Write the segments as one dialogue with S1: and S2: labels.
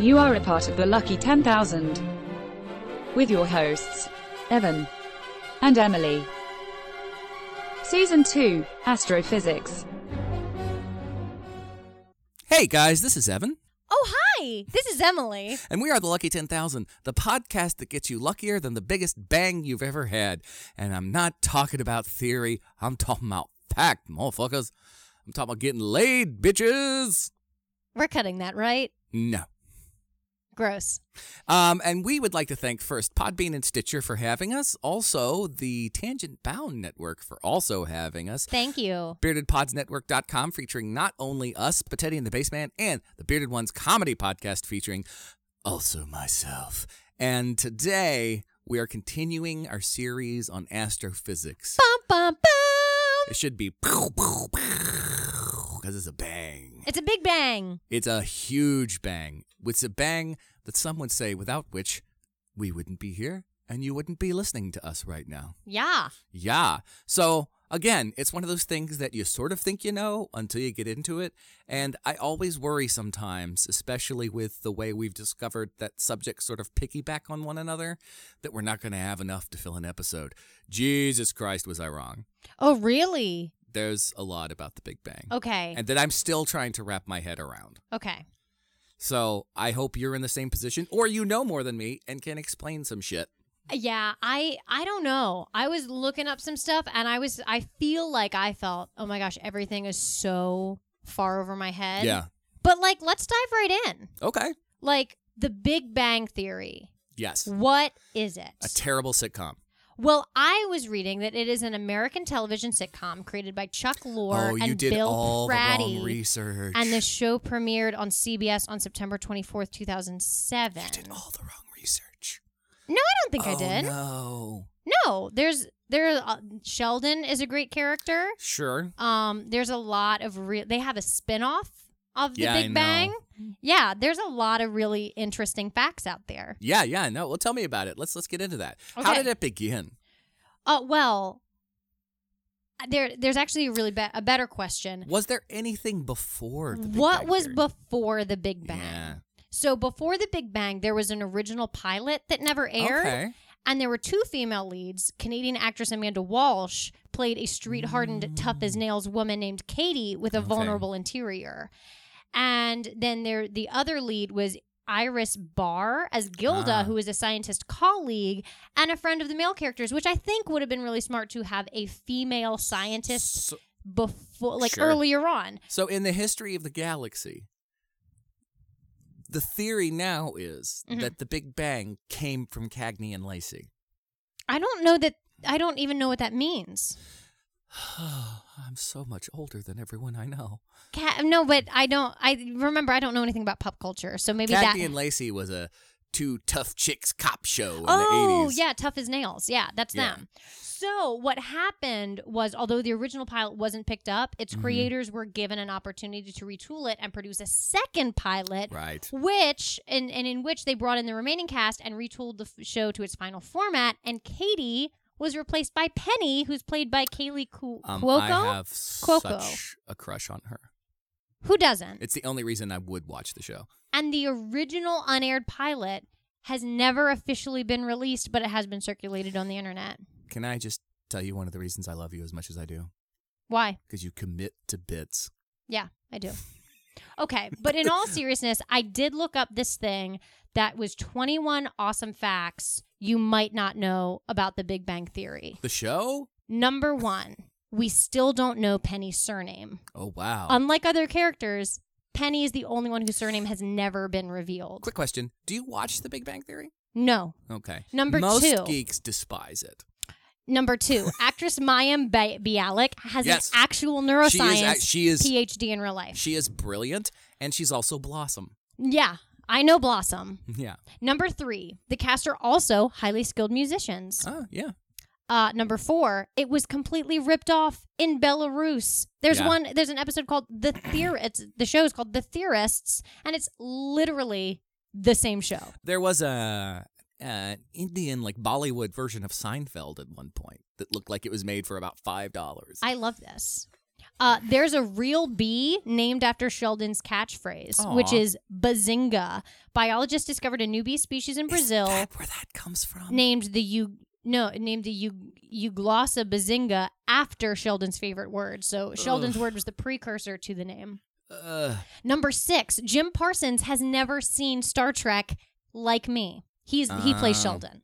S1: You are a part of the lucky 10,000 with your hosts, Evan and Emily. Season 2 Astrophysics.
S2: Hey guys, this is Evan,
S3: Oh, hi! This is Emily.
S2: and we are the Lucky 10,000, the podcast that gets you luckier than the biggest bang you've ever had. And I'm not talking about theory, I'm talking about fact, motherfuckers. I'm talking about getting laid, bitches.
S3: We're cutting that, right?
S2: No.
S3: Gross.
S2: Um, and we would like to thank first Podbean and Stitcher for having us, also the Tangent Bound Network for also having us.
S3: Thank you.
S2: BeardedPodsNetwork.com featuring not only us, but Teddy and the Baseman, and the Bearded Ones comedy podcast featuring also myself. And today we are continuing our series on astrophysics.
S3: Bum, bum, bum.
S2: It should be because it's a bang.
S3: It's a big bang.
S2: It's a huge bang. It's a bang that some would say without which we wouldn't be here and you wouldn't be listening to us right now.
S3: Yeah.
S2: Yeah. So again, it's one of those things that you sort of think you know until you get into it. And I always worry sometimes, especially with the way we've discovered that subjects sort of piggyback on one another, that we're not going to have enough to fill an episode. Jesus Christ, was I wrong?
S3: Oh, really?
S2: There's a lot about the Big Bang.
S3: Okay.
S2: And that I'm still trying to wrap my head around.
S3: okay.
S2: So I hope you're in the same position or you know more than me and can explain some shit.
S3: Yeah, I I don't know. I was looking up some stuff and I was I feel like I felt, oh my gosh, everything is so far over my head.
S2: yeah.
S3: But like let's dive right in.
S2: Okay.
S3: Like the Big Bang theory.
S2: Yes.
S3: What is it?
S2: A terrible sitcom.
S3: Well, I was reading that it is an American television sitcom created by Chuck Lorre
S2: oh, you
S3: and
S2: did
S3: Bill
S2: all the
S3: Prati,
S2: wrong research.
S3: and the show premiered on CBS on September twenty fourth, two thousand seven.
S2: you did all the wrong research.
S3: No, I don't think I
S2: Oh,
S3: did. No,
S2: No.
S3: there's there. Uh, Sheldon is a great character.
S2: Sure.
S3: Um, there's a lot of real. They have a spinoff of the
S2: Yeah, I
S3: Big
S2: know.
S3: Bang. Yeah, there's a lot of really interesting facts out there.
S2: Yeah, yeah, no. Well, tell me about it. Let's let's get into that. How
S3: Okay.
S2: did it begin?
S3: Uh, well, uh, there there's actually a really be- a better question.
S2: Was there anything before the Big
S3: what
S2: Bang
S3: was
S2: Theory?
S3: before the Big Bang?
S2: Yeah.
S3: So before the Big Bang, there was an original pilot that never aired,
S2: Okay.
S3: and there were two female leads. Canadian actress Amanda Walsh played a street-hardened, tough as nails woman named Katie with a
S2: Mm. Okay.
S3: vulnerable interior, and then there the other lead was. Iris Barr as Gilda,
S2: Ah.
S3: who is a scientist colleague and a friend of the male characters, which I think would have been really smart to have a female scientist
S2: So,
S3: before, like
S2: Sure.
S3: earlier on.
S2: so in the history of the galaxy, the theory now is
S3: Mhm.
S2: that the Big Bang came from Cagney and Lacey.
S3: I don't know that. I don't even know what that means.
S2: I'm so much older than everyone I know.
S3: Ca no, but I don't. I remember I don't know anything about pop culture, so maybe that.
S2: Cagney and Lacey was a two tough chicks cop show in
S3: oh
S2: the 80s.
S3: yeah, tough as nails. Yeah, that's
S2: Yeah.
S3: them. So what happened was, although the original pilot wasn't picked up, its
S2: Mhm.
S3: creators were given an opportunity to retool it and produce a second pilot.
S2: Right.
S3: Which and, and in which they brought in the remaining cast and retooled the f- show to its final format, and Katie was replaced by Penny, who's played by Kaylee Cu-
S2: Um,
S3: Cuoco.
S2: I have
S3: Cuoco.
S2: such a crush on her.
S3: Who doesn't?
S2: It's the only reason I would watch the show.
S3: and the original unaired pilot has never officially been released, but it has been circulated on the internet.
S2: Can I just tell you one of the reasons I love you as much as I do?
S3: Why?
S2: Because you commit to bits.
S3: Yeah, I do. Okay, but in all seriousness, I did look up this thing that was 21 awesome facts you might not know about the Big Bang Theory.
S2: The show?
S3: Number one, we still don't know Penny's surname.
S2: Oh, wow.
S3: Unlike other characters, Penny is the only one whose surname has never been revealed.
S2: Quick question Do you watch The Big Bang Theory?
S3: No,
S2: Okay.
S3: Number
S2: Most
S3: two.
S2: geeks despise it.
S3: Number two, actress Mayim Ba- Bialik has
S2: Yes.
S3: an actual
S2: She is, act-
S3: neuroscience
S2: she, is,
S3: PhD in real life.
S2: she is brilliant, and she's also Blossom.
S3: yeah, I know Blossom.
S2: Yeah.
S3: Number three, the cast are also highly skilled musicians.
S2: Oh, yeah.
S3: Uh, number four, it was completely ripped off in Belarus. There's
S2: Yeah.
S3: one. There's an episode called The Theor. It's the show is called The Theorists, and it's literally the same show.
S2: There was a an Indian like Bollywood version of Seinfeld at one point that looked like it was made for about five dollars.
S3: I love this. Uh, there's a real bee named after Sheldon's catchphrase,
S2: Aw.
S3: which is bazinga. Biologists discovered a new bee species in Brazil
S2: Is that where that comes from?
S3: named the u no named the u euglossa bazinga after Sheldon's favorite word. So Sheldon's word was the precursor to the name.
S2: Ugh.
S3: Number six, Jim Parsons has never seen Star Trek like me. He's he plays
S2: Oh.
S3: Sheldon.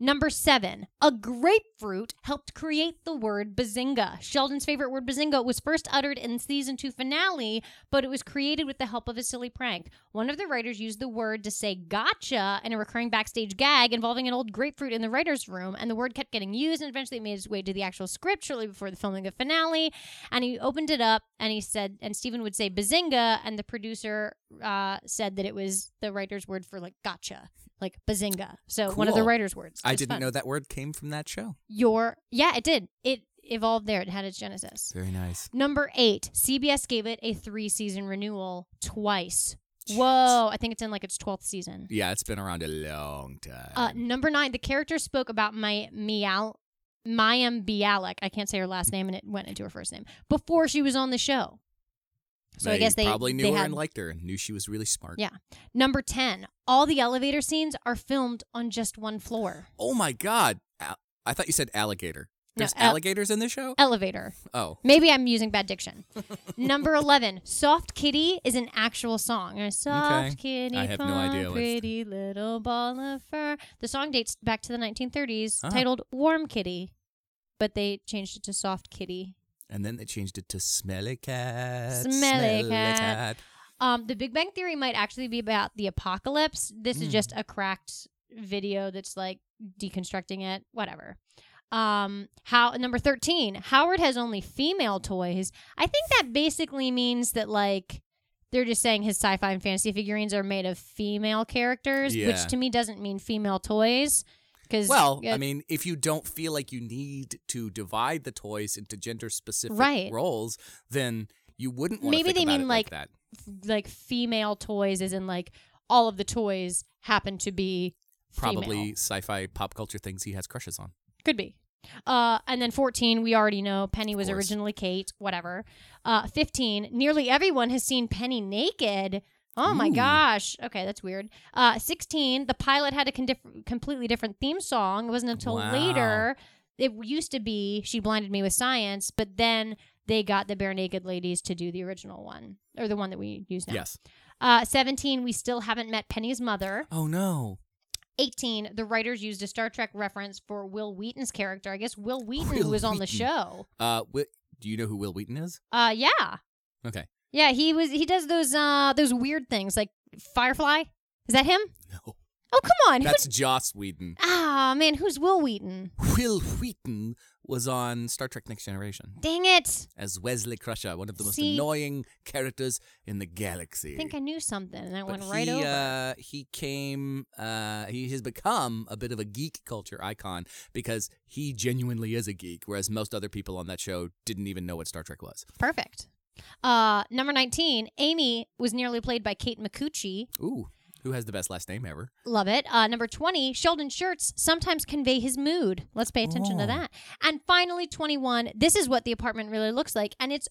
S3: Number seven, a grapefruit helped create the word bazinga. Sheldon's favorite word bazinga was first uttered in season two finale, but it was created with the help of a silly prank. One of the writers used the word to say gotcha in a recurring backstage gag involving an old grapefruit in the writer's room, and the word kept getting used and eventually made its way to the actual script shortly before the filming of finale. And he opened it up and he said, and Steven would say bazinga, and the producer uh, said that it was the writer's word for like gotcha, like bazinga. So one of the
S2: Cool.
S3: writer's words.
S2: I
S3: It's
S2: didn't
S3: fun.
S2: know that word came from that show.
S3: Your, yeah, it did. It evolved there, it had its genesis.
S2: Very nice.
S3: Number eight, CBS gave it a three season renewal twice. Whoa, I think it's in like its 12th season.
S2: Yeah, it's been around a long time.
S3: Uh, number nine, the character spoke about my Mial. Mayim Bialik, I can't say her last name, and it went into her first name before she was on the show. so I
S2: They
S3: guess they-
S2: probably knew
S3: they
S2: her
S3: had-
S2: and liked her and knew she was really smart.
S3: Yeah. Number ten, all the elevator scenes are filmed on just one floor.
S2: Oh my God. Al- I thought you said alligator.
S3: No,
S2: There's
S3: al-
S2: alligators in the show?
S3: Elevator.
S2: Oh.
S3: Maybe I'm using bad diction. Number 11, Soft Kitty is an actual song. A soft kitty,
S2: I have no
S3: come,
S2: idea what-
S3: pretty little ball of fur. The song dates back to the 1930s,
S2: Oh.
S3: titled Warm Kitty, but they changed it to Soft Kitty.
S2: And then they changed it to smelly cat.
S3: Smelly cat. Um, the Big Bang Theory might actually be about the apocalypse. This is
S2: Mm.
S3: just a cracked video that's like deconstructing it. Whatever. Um, how number thirteen? Howard has only female toys. I think that basically means that like they're just saying his sci-fi and fantasy figurines are made of female characters, which
S2: Yeah.
S3: to me doesn't mean female toys. Because
S2: Well, I mean, if you don't feel like you need to divide the toys into gender specific
S3: Right.
S2: roles, then you wouldn't want
S3: Maybe
S2: to think
S3: they
S2: about
S3: mean,
S2: it
S3: like,
S2: like, that.
S3: like female toys, as in like all of the toys happen to be female.
S2: Probably sci-fi pop culture things he has crushes on.
S3: Could be. Uh, and then 14, we already know Penny was
S2: course.
S3: originally Kate, whatever. Uh, 15, nearly everyone has seen Penny naked. Oh my
S2: Ooh.
S3: gosh. Okay, that's weird. Uh, 16, the pilot had a con- diff- completely different theme song. It wasn't until
S2: Wow.
S3: later. It used to be She Blinded Me with Science, but then they got the Bare Naked Ladies to do the original one, or the one that we use now.
S2: Yes.
S3: Uh, 17, we still haven't met Penny's mother.
S2: Oh no.
S3: 18, the writers used a Star Trek reference for Will Wheaton's character. I guess Will Wheaton
S2: Will
S3: was on the
S2: Wheaton.
S3: show.
S2: Uh, Wi- do you know who Will Wheaton is?
S3: Uh yeah.
S2: Okay.
S3: Yeah, he was he does those uh those weird things like Firefly. Is that him?
S2: No,
S3: Oh, come on. Who-
S2: that's Joss Whedon.
S3: Ah, man, who's Will Wheaton?
S2: Will Wheaton was on Star Trek: Next Generation
S3: Dang it.
S2: as Wesley Crusher, one of the most
S3: See-
S2: annoying characters in the galaxy.
S3: I think I knew something and that
S2: But
S3: went right
S2: he,
S3: over.
S2: Uh, he came. Uh, he has become a bit of a geek culture icon because he genuinely is a geek, whereas most other people on that show didn't even know what Star Trek was.
S3: Perfect. Uh number 19, Amy was nearly played by Kate McCucci.
S2: Ooh, who has the best last name ever?
S3: Love it. Uh, number 20, Sheldon shirts sometimes convey his mood. Let's pay attention to
S2: Oh.
S3: that. And finally, 21, this is what the apartment really looks like. And it's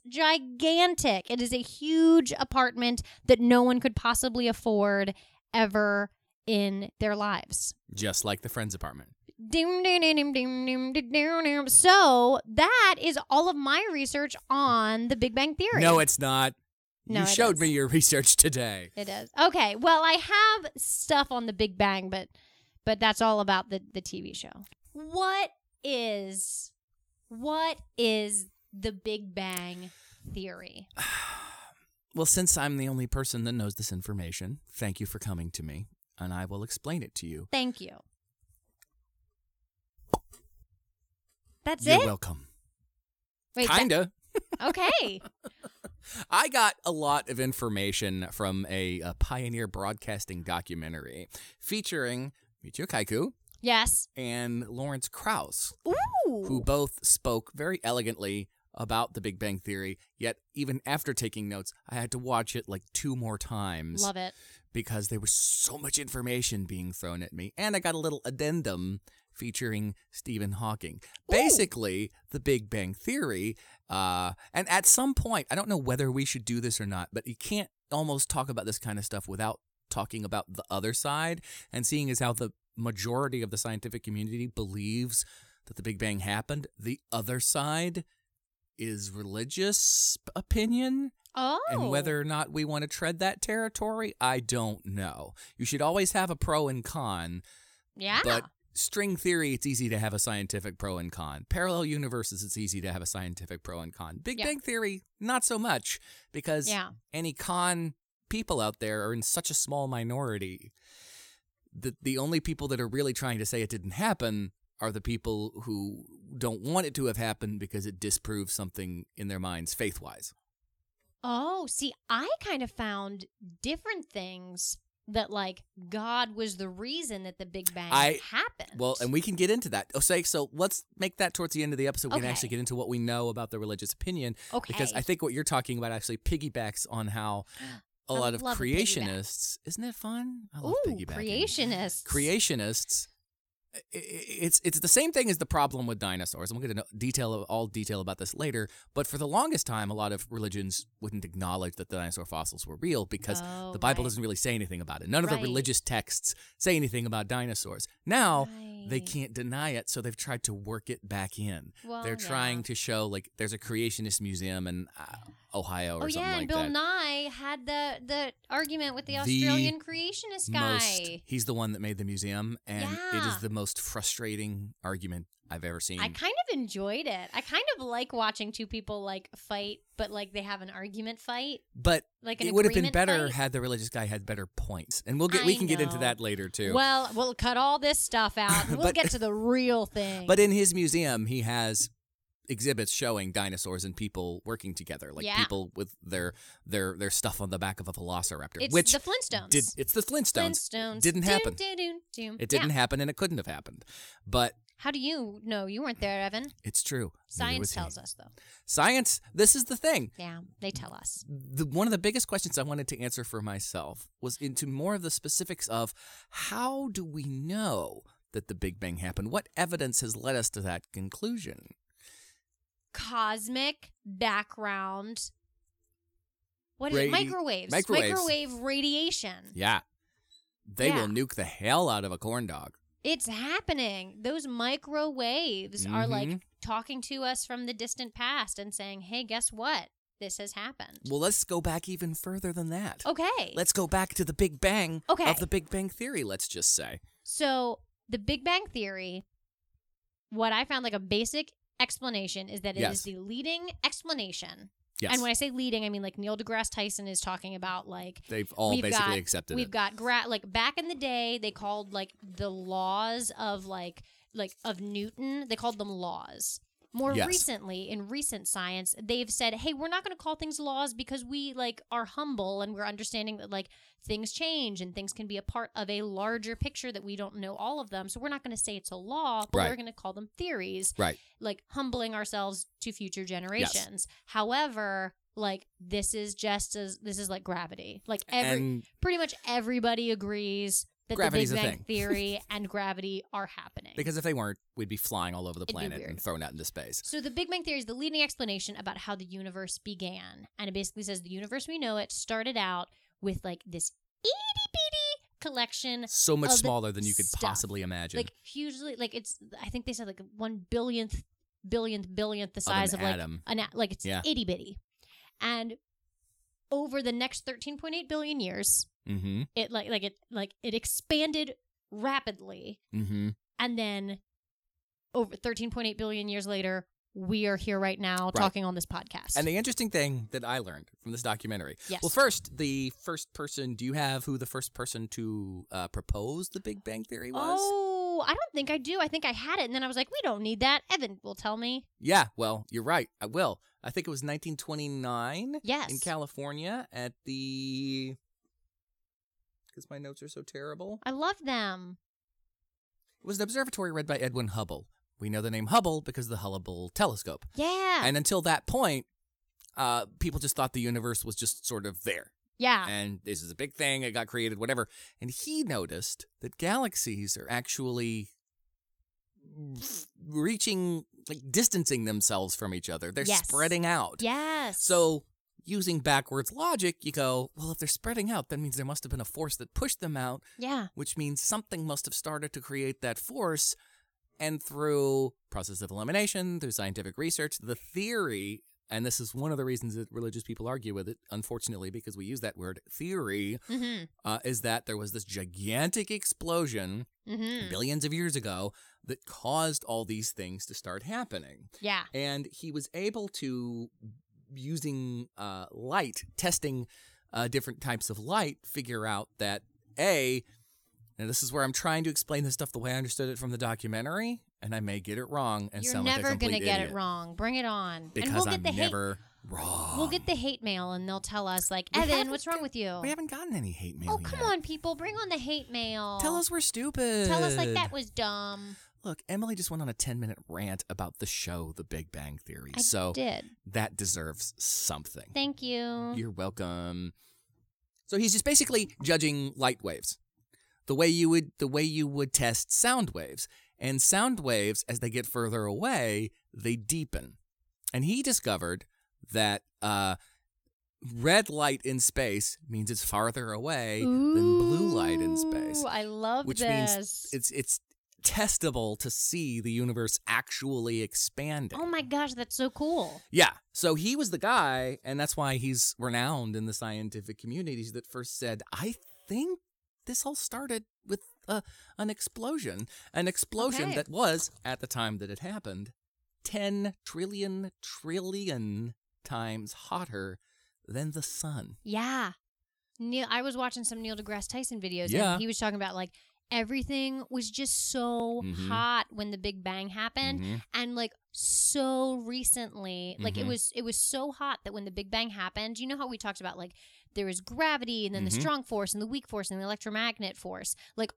S3: gigantic. It is a huge apartment that no one could possibly afford ever in their lives.
S2: Just like the Friends apartment.
S3: Doom, doom, doom, doom, doom, doom, doom, doom, doom. So that is all of my research on the Big Bang Theory.
S2: No, it's not.
S3: No,
S2: you
S3: it
S2: showed
S3: is.
S2: me your research today.
S3: It is. Okay. Well, I have stuff on the Big Bang, but but that's all about the the TV show. What is what is the Big Bang theory?
S2: Well, since I'm the only person that knows this information, thank you for coming to me, and I will explain it to you.
S3: Thank you. That's
S2: You're
S3: it?
S2: welcome.
S3: Wait. that-
S2: Kinda.
S3: okay.
S2: I got a lot of information from a, uh pioneer broadcasting documentary featuring Michio Kaku
S3: Yes.
S2: and Lawrence Krauss, who
S3: Ooh.
S2: both spoke very elegantly about the Big Bang Theory. Yet, even after taking notes, I had to watch it like two more times
S3: Love it.
S2: because there was so much information being thrown at me. And I got a little addendum featuring Stephen Hawking. Basically, The Big Bang Theory. Uh, and at some point, I don't know whether we should do this or not, but you can't almost talk about this kind of stuff without talking about the other side and seeing as how the majority of the scientific community believes that the Big Bang happened. The other side is religious opinion.
S3: Oh.
S2: And whether or not we want to tread that territory, I don't know. You should always have a pro and con,
S3: Yeah.
S2: but string theory, it's easy to have a scientific pro and con. Parallel universes, it's easy to have a scientific pro and con. Big
S3: Yeah.
S2: Bang Theory, not so much because
S3: yeah.
S2: any con people out there are in such a small minority that the only people that are really trying to say it didn't happen are the people who don't want it to have happened because it disproves something in their minds faith wise.
S3: Oh, see, I kind of found different things that like God was the reason that the Big Bang
S2: I-
S3: happened.
S2: Well, and we can get into that. Oh, say so let's make that towards the end of the episode. We can
S3: Okay.
S2: actually get into what we know about the religious opinion
S3: okay.
S2: because I think what you're talking about actually piggybacks on how a
S3: I
S2: lot of
S3: love a
S2: creationists, isn't it fun? I love
S3: Ooh,
S2: piggybacking.
S3: creationists.
S2: creationists i- i- it's it's the same thing as the problem with dinosaurs. I'm going to detail all detail about this later, but for the longest time a lot of religions wouldn't acknowledge that the dinosaur fossils were real because
S3: Oh,
S2: the Bible
S3: right.
S2: doesn't really say anything about it. None of
S3: Right.
S2: the religious texts say anything about dinosaurs.
S3: Uh-huh.
S2: Now they
S3: Right.
S2: can't deny it, so they've tried to work it back in.
S3: Well,
S2: They're trying
S3: yeah.
S2: to show like there's a creationist museum in uh, Ohio or
S3: Oh
S2: something
S3: yeah, and
S2: like
S3: Bill
S2: that.
S3: Nye had the the argument with the
S2: The
S3: Australian creationist guy.
S2: most. He's the one that made the museum, and it
S3: Yeah.
S2: is the most frustrating argument I've ever seen.
S3: I kind of enjoyed it. I kind of like watching two people like fight, but like they have an argument fight.
S2: but
S3: Like an
S2: it would have been
S3: agreement
S2: better
S3: fight.
S2: had the religious guy had better points, and we'll get we
S3: I
S2: can get into
S3: know.
S2: that later too.
S3: Well, we'll cut all this stuff out. And we'll
S2: But-
S3: get to the real thing.
S2: but in his museum, he has exhibits showing dinosaurs and people working together, like
S3: Yeah.
S2: people with their their their stuff on the back of a velociraptor,
S3: it's
S2: which
S3: the Flintstones.
S2: did it's the Flintstones.
S3: Flintstones
S2: Didn't
S3: Doom,
S2: happen.
S3: doom, doom, doom.
S2: It
S3: Yeah.
S2: didn't happen, and it couldn't have happened. But
S3: How do you know you weren't there, Evan?
S2: it's true.
S3: Science tells us, though.
S2: Science. This is the thing.
S3: Yeah, they tell us.
S2: the, one of the biggest questions I wanted to answer for myself was into more of the specifics of how do we know that the Big Bang happened? What evidence has led us to that conclusion?
S3: Cosmic background. What is it?
S2: Radi-
S3: Microwaves.
S2: microwaves.
S3: Microwave radiation.
S2: Yeah. They will
S3: Yeah.
S2: nuke the hell out of a corn dog.
S3: It's happening. Those microwaves are like
S2: Mhm.
S3: talking to us from the distant past and saying, hey, guess what? This has happened.
S2: Well, let's go back even further than that.
S3: okay.
S2: Let's go back to the Big Bang
S3: Okay.
S2: of the Big Bang Theory, let's just say.
S3: So the Big Bang Theory, what I found like a basic explanation is that it
S2: Yes.
S3: is the leading explanation.
S2: Yes.
S3: And when I say leading, I mean like Neil deGrasse Tyson is talking about like
S2: They've all
S3: we've
S2: basically
S3: got-
S2: accepted
S3: We've
S2: it.
S3: got gra- like back in the day, they called like the laws of like like of Newton. They called them laws. More
S2: Yes.
S3: recently, in recent science, they've said, "Hey, we're not going to call things laws because we like are humble and we're understanding that like things change and things can be a part of a larger picture that we don't know all of them. So we're not going to say it's a law, but
S2: Right.
S3: we're going to call them theories."
S2: Right.
S3: like humbling ourselves to future generations. However, like this is just as this is like gravity. Like every
S2: and
S3: pretty much everybody agrees that
S2: Gravity's a
S3: the Big Bang
S2: thing.
S3: theory and gravity are happening.
S2: because if they weren't, we'd be flying all over the
S3: It'd be
S2: planet
S3: weird.
S2: and thrown out into space.
S3: so the Big Bang theory is the leading explanation about how the universe began, and it basically says the universe we know it started out with like this itty bitty collection
S2: So much
S3: Of the
S2: smaller than you could
S3: stuff.
S2: possibly imagine.
S3: like hugely like it's i think they said like one billionth billionth billionth the
S2: an
S3: size of, like
S2: atom.
S3: an a- like it's
S2: Yeah.
S3: itty bitty and over the next 13.8 billion years
S2: mm-hmm.
S3: it like like it like it expanded rapidly
S2: Mm-hmm.
S3: and then over 13.8 billion years later we are here right now talking on this podcast
S2: And the interesting thing that I learned from this documentary.
S3: Yes.
S2: Well, first, the first person. Do you have who the first person to uh, propose the Big Bang Theory was?
S3: oh i don't think i do i think i had it and then i was like we don't need that evan will tell me
S2: Yeah. Well, you're right. I will. I think it was 1929
S3: yes
S2: in California at the. Because my notes are so terrible.
S3: i love them
S2: It was an observatory read by Edwin Hubble. We know the name Hubble because of the Hubble telescope.
S3: yeah
S2: And until that point, uh, people just thought the universe was just sort of there.
S3: yeah
S2: and this is a big thing. It got created, whatever. And he noticed that galaxies are actually reaching, like distancing themselves from each other. They're
S3: Yes.
S2: spreading out.
S3: Yes.
S2: So, using backwards logic, you go, well, if they're spreading out, that means there must have been a force that pushed them out,
S3: yeah.
S2: which means something must have started to create that force. And through process of elimination, through scientific research, the theory, and this is one of the reasons that religious people argue with it, unfortunately, because we use that word theory,
S3: Mm-hmm.
S2: uh, is that there was this gigantic explosion
S3: Mm-hmm.
S2: billions of years ago that caused all these things to start happening
S3: Yeah.
S2: and he was able to using uh, light testing uh, different types of light figure out that a and this is where i'm trying to explain this stuff the way i understood it from the documentary and i may get it wrong and
S3: You're
S2: sound
S3: never
S2: like a
S3: gonna
S2: complete
S3: get it
S2: idiot,
S3: wrong. Bring it on.
S2: because
S3: and we'll
S2: i'm
S3: get the
S2: never wrong
S3: hate we'll get the hate mail and they'll tell us like,
S2: We
S3: Evan,
S2: haven't
S3: what's wrong
S2: got-
S3: with you?
S2: we haven't gotten any hate mail
S3: Oh come
S2: yet.
S3: on, people, bring on the hate mail.
S2: tell us we're stupid
S3: Tell us like that was dumb.
S2: look emily just went on a 10 minute rant about the show the big bang theory
S3: I
S2: so
S3: did.
S2: that deserves something
S3: Thank you.
S2: You're welcome. So he's just basically judging light waves. The way you would the way you would test sound waves. And sound waves as they get further away, they deepen. And he discovered that uh red light in space means it's farther away than blue light in space,
S3: Ooh, I love
S2: which
S3: this.
S2: means it's it's testable to see the universe actually expanding.
S3: Oh my gosh, that's so cool.
S2: Yeah. So he was the guy, and that's why he's renowned in the scientific communities that first said, I think this all started with uh, an explosion. An explosion
S3: Okay.
S2: that was, at the time that it happened, 10 trillion trillion times hotter than the sun.
S3: Yeah. Neil, I was watching some Neil deGrasse Tyson videos.
S2: Yeah.
S3: And he was talking about like everything was just so
S2: Mhm.
S3: hot when the Big Bang happened,
S2: Mhm.
S3: and like so recently, like it
S2: Mhm.
S3: was it was so hot that when the Big Bang happened, you know how we talked about like there was gravity and then the
S2: Mhm.
S3: strong force and the weak force and the electromagnet force, like.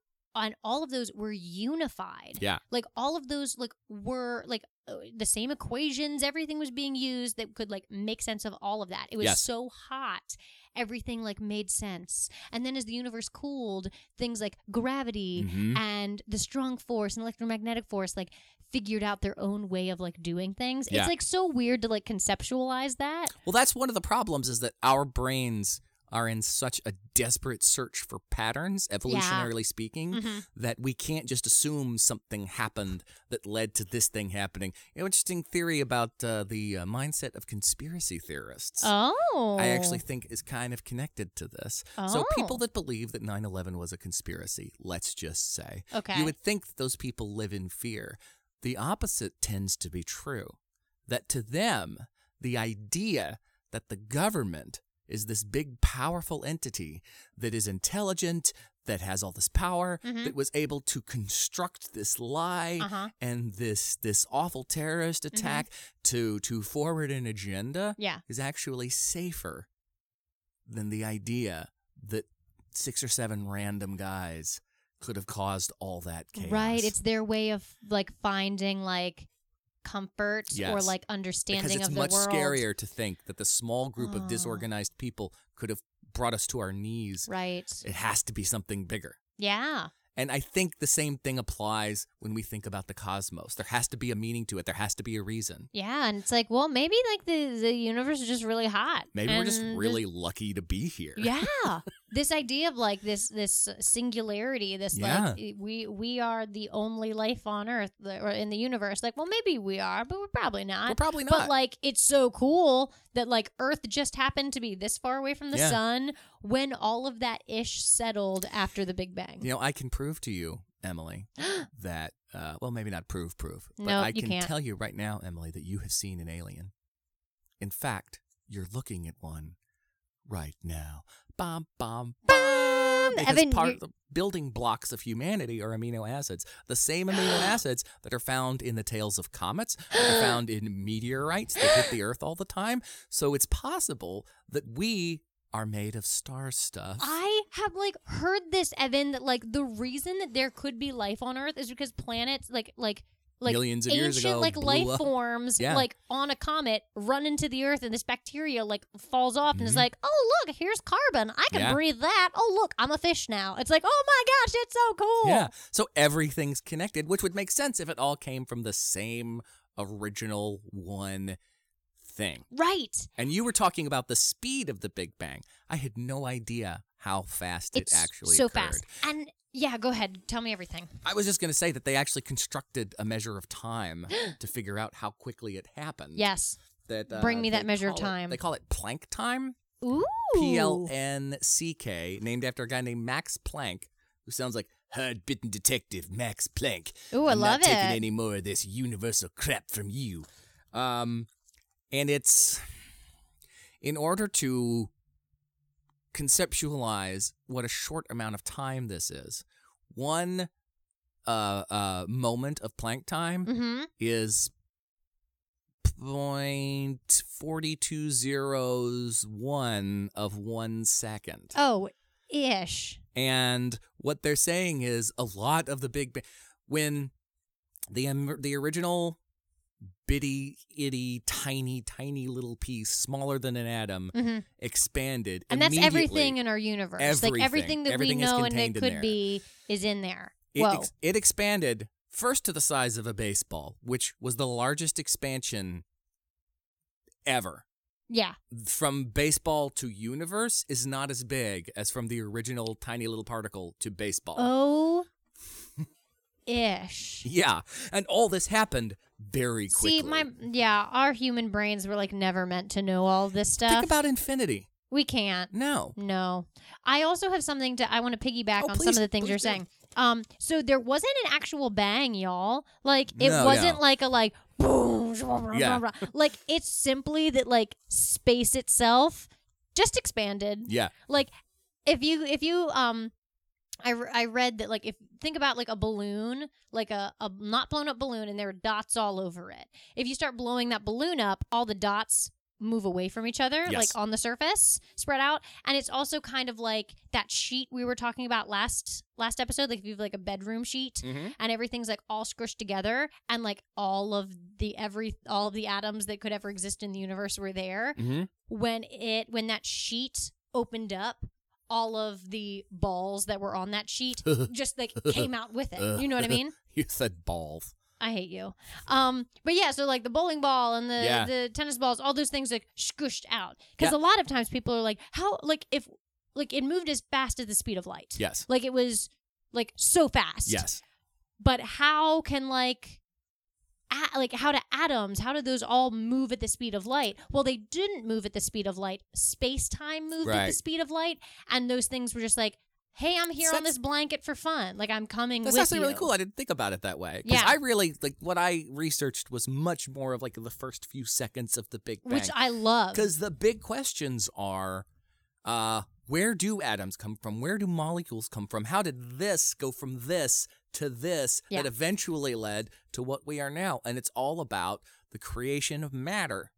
S3: On all of those were unified.
S2: Yeah.
S3: Like all of those, like were like uh, the same equations. Everything was being used that could like make sense of all of that. It was
S2: Yes.
S3: so hot everything like made sense. And then as the universe cooled, things like gravity
S2: Mhm.
S3: and the strong force and electromagnetic force like figured out their own way of like doing things.
S2: Yeah.
S3: It's like so weird to like conceptualize that.
S2: Well, that's one of the problems is that our brains are in such a desperate search for patterns, evolutionarily speaking, that we can't just assume something happened that led to this thing happening. You know, interesting theory about uh, the uh, mindset of conspiracy theorists.
S3: Oh.
S2: I actually think is kind of connected to this. So people
S3: Oh.
S2: that believe that 9/11 was a conspiracy, let's just say,
S3: Okay.
S2: you would think that those people live in fear. The opposite tends to be true. That to them, the idea that the government is this big, powerful entity that is intelligent, that has all this power,
S3: Mhm.
S2: that was able to construct this lie
S3: Uh-huh.
S2: and this this awful terrorist attack to to forward an agenda
S3: Yeah.
S2: is actually safer than the idea that six or seven random guys could have caused all that chaos.
S3: Oh. Right, it's their way of like finding like comfort or
S2: Yes.
S3: like understanding
S2: because it's
S3: of the
S2: much
S3: world.
S2: scarier to think that the small group
S3: Ah.
S2: of disorganized people could have brought us to our knees.
S3: Right.
S2: It has to be something bigger.
S3: Yeah.
S2: And I think the same thing applies when we think about the cosmos. There has to be a meaning to it. There has to be a reason.
S3: Yeah, and it's like, well, maybe like the the universe is just really hot.
S2: Maybe we're just
S3: and the-
S2: really lucky to be here.
S3: Yeah. this idea of like this this singularity, this like we we are the only life on earth the- or in the universe. Like, well, maybe we are, but we're probably not.
S2: We're probably not.
S3: But like it's so cool that like Earth just happened to be this far away from the
S2: Yeah.
S3: sun when all of that ish settled after the Big Bang.
S2: You know, I can prove to you, Emily, that uh, well, maybe not prove proof, but
S3: No,
S2: I
S3: you
S2: can
S3: can't.
S2: tell you right now, Emily, that you have seen an alien. In fact, you're looking at one right now. Bom bom bom. Because
S3: Hmm, Evan,
S2: part
S3: you-
S2: of the building blocks of humanity are amino acids. The same amino acids that are found in the tails of comets, that are found in meteorites that hit the Earth all the time. So it's possible that we are made of star stuff.
S3: I have like heard this, Evan, that like the reason that there could be life on Earth is because planets like like like
S2: Millions of
S3: ancient
S2: years ago,
S3: like
S2: blew
S3: life
S2: up.
S3: forms
S2: Yeah.
S3: like on a comet run into the earth and this bacteria like falls off and is
S2: Mhm.
S3: like oh look here's carbon i can
S2: Yeah.
S3: breathe that oh look i'm a fish now it's like oh my gosh it's so cool
S2: Yeah. So everything's connected, which would make sense if it all came from the same original one thing.
S3: right
S2: And you were talking about the speed of the Big Bang. I had no idea how fast
S3: it's
S2: it actually
S3: so
S2: occurred. Mm.
S3: fast and yeah go ahead tell me everything
S2: I was just going to say that they actually constructed a measure of time to figure out how quickly it happened.
S3: yes
S2: That uh,
S3: Bring me
S2: they
S3: that measure of
S2: call it-
S3: time.
S2: they call it Planck time.
S3: ooh
S2: P L N C K, named after a guy named Max Planck, who sounds like hard-bitten detective Max Planck.
S3: ooh i
S2: I'm
S3: love
S2: not taking
S3: it
S2: any more of this universal crap from you. Um, and it's in order to conceptualize what a short amount of time this is. One uh, uh, moment of Planck time
S3: mm-hmm
S2: is point forty two zeros one of one second.
S3: oh ish
S2: And what they're saying is a lot of the Big Bang, when the em- the original bitty itty tiny tiny little piece smaller than an atom
S3: mm-hmm
S2: expanded,
S3: and that's
S2: immediately.
S3: everything in our universe
S2: Everything.
S3: like everything that
S2: Everything
S3: we
S2: is
S3: know and that
S2: contained in
S3: could
S2: there.
S3: be is in there
S2: It,
S3: whoa
S2: ex- it expanded first to the size of a baseball, which was the largest expansion ever.
S3: yeah
S2: From baseball to universe is not as big as from the original tiny little particle to baseball.
S3: oh ish
S2: Yeah, and all this happened very quickly.
S3: See, my yeah, our human brains were like never meant to know all this stuff.
S2: think about infinity.
S3: we can't.
S2: No,
S3: No. I also have something to I want to piggyback
S2: Oh,
S3: on some of
S2: please-
S3: the things
S2: please
S3: you're
S2: do.
S3: saying. Um so there wasn't an actual bang, y'all. Like it
S2: No,
S3: wasn't
S2: no.
S3: like a like boom blah, blah,
S2: Yeah.
S3: blah, blah. like it's simply that like space itself just expanded.
S2: yeah,
S3: like if you if you um I, re- I read that like if think about like a balloon like a, a not blown up balloon and there are dots all over it if you start blowing that balloon up all the dots move away from each other
S2: Yes.
S3: like on the surface spread out and it's also kind of like that sheet we were talking about last last episode like if you have like a bedroom sheet
S2: mm-hmm.
S3: and everything's like all squished together and like all of the every all of the atoms that could ever exist in the universe were there
S2: Mm-hmm.
S3: when it when that sheet opened up all of the balls that were on that sheet just like came out with it you know what i mean
S2: you said ball.
S3: i hate you um but yeah so like the bowling ball and the
S2: Yeah.
S3: the tennis balls all those things like scooshed out because
S2: Yeah.
S3: a lot of times people are like how like if like it moved as fast as the speed of light
S2: Yes,
S3: like it was like so fast
S2: yes,
S3: but how can like a- like how do atoms how do those all move at the speed of light well they didn't move at the speed of light space-time moved at the
S2: Right.
S3: speed of light and those things were just like hey i'm here on
S2: That's-
S3: this blanket for fun like i'm coming
S2: that's
S3: with
S2: actually really
S3: you."
S2: cool. I didn't think about it that way. 'Cause
S3: Yeah.
S2: I really like what I researched was much more of like the first few seconds of the Big Bang.
S3: which i love
S2: because the big questions are uh, where do atoms come from where do molecules come from how did this go from this to this
S3: Yeah.
S2: that eventually led to what we are now and it's all about the creation of matter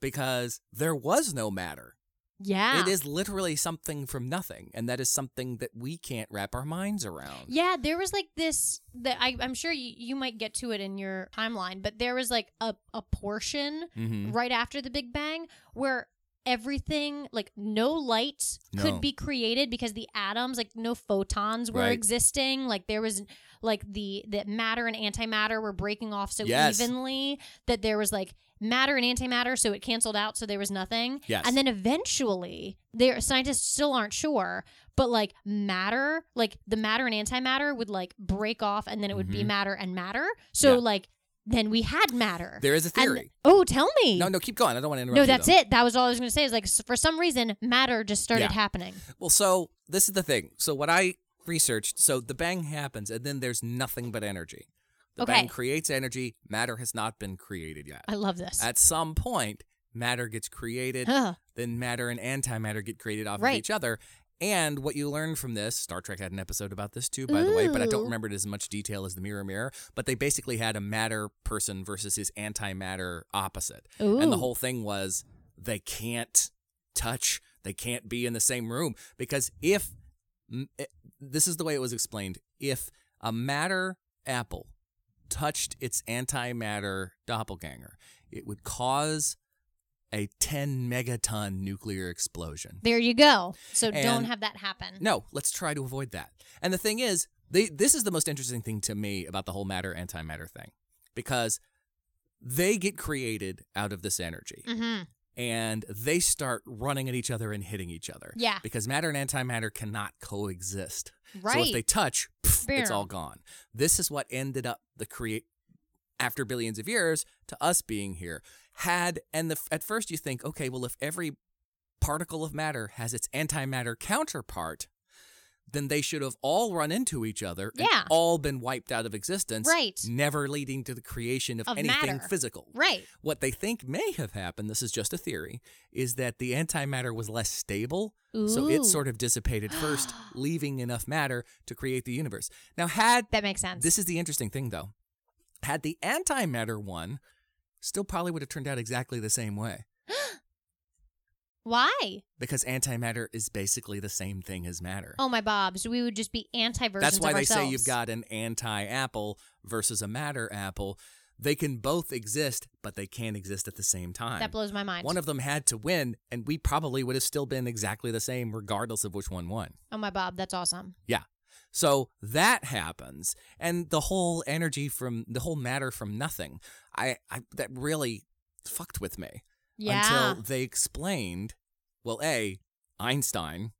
S2: because there was no matter
S3: yeah
S2: it is literally something from nothing and that is something that we can't wrap our minds around
S3: yeah there was like this that I, i'm sure you, you might get to it in your timeline but there was like a, a portion
S2: Mhm.
S3: right after the Big Bang where everything like no light
S2: No.
S3: could be created because the atoms like no photons were
S2: Right.
S3: existing like there was like the the matter and antimatter were breaking off so
S2: Yes.
S3: evenly that there was like matter and antimatter so it canceled out so there was nothing
S2: Yes.
S3: and then eventually there scientists still aren't sure but like matter like the matter and antimatter would like break off and then it would be
S2: Mhm.
S3: matter and matter so
S2: Yeah.
S3: like then we had matter
S2: there is a
S3: And-
S2: theory
S3: oh tell me
S2: no no keep going i don't want to interrupt
S3: no,
S2: you,
S3: that's
S2: though.
S3: it. That was all I was going to say. Is like s- for some reason, matter just started
S2: Yeah.
S3: happening.
S2: Well, so this is the thing. So what I researched, so the bang happens and then there's nothing but energy. The
S3: Okay.
S2: bang creates energy. Matter has not been created yet.
S3: I love this.
S2: At some point, matter gets created,
S3: Huh.
S2: then matter and antimatter get created off
S3: Right.
S2: of each other. And what you learn from this, Star Trek had an episode about this too, by the way, but I
S3: Ooh.
S2: don't remember it as much detail as the Mirror Mirror. But they basically had a matter person versus his antimatter opposite.
S3: Ooh.
S2: And the whole thing was they can't touch, they can't be in the same room because if m- eh, this is the way it was explained, if a matter apple touched its antimatter doppelganger, it would cause a 10 megaton nuclear explosion.
S3: There you go. So don't
S2: And-
S3: have that happen.
S2: No, let's try to avoid that. And the thing is, they this is the most interesting thing to me about the whole matter antimatter thing because they get created out of this energy
S3: Mm-hmm.
S2: and they start running at each other and hitting each other.
S3: Yeah.
S2: Because matter and antimatter cannot coexist. So
S3: Right.
S2: if they touch, pff, it's
S3: Boom.
S2: all gone. This is what ended up the create after billions of years to us being here. Had and the at first you think, okay, well if every particle of matter has its antimatter counterpart, then they should have all run into each other
S3: Yeah.
S2: and all been wiped out of existence,
S3: Right.
S2: never leading to the creation of,
S3: Of
S2: anything
S3: matter.
S2: physical.
S3: Right.
S2: What they think may have happened, this is just a theory, is that the antimatter was less stable, so
S3: Ooh.
S2: it sort of dissipated first, leaving enough matter to create the universe. Now, had
S3: That makes sense.
S2: this is the interesting thing though, had the antimatter won, still probably would have turned out exactly the same way
S3: Why?
S2: because antimatter is basically the same thing as matter.
S3: Oh my bobs, we would just be anti versions.
S2: That's why
S3: of
S2: they
S3: ourselves.
S2: say you've got an anti apple versus a matter apple. They can both exist, but they can't exist at the same time.
S3: that blows my mind.
S2: One of them had to win, and we probably would have still been exactly the same, regardless of which one won.
S3: oh my bob, that's awesome.
S2: Yeah. So that happens, and the whole energy from the whole matter from nothing. I, I that really fucked with me
S3: Yeah,
S2: until they explained. Well, a Einstein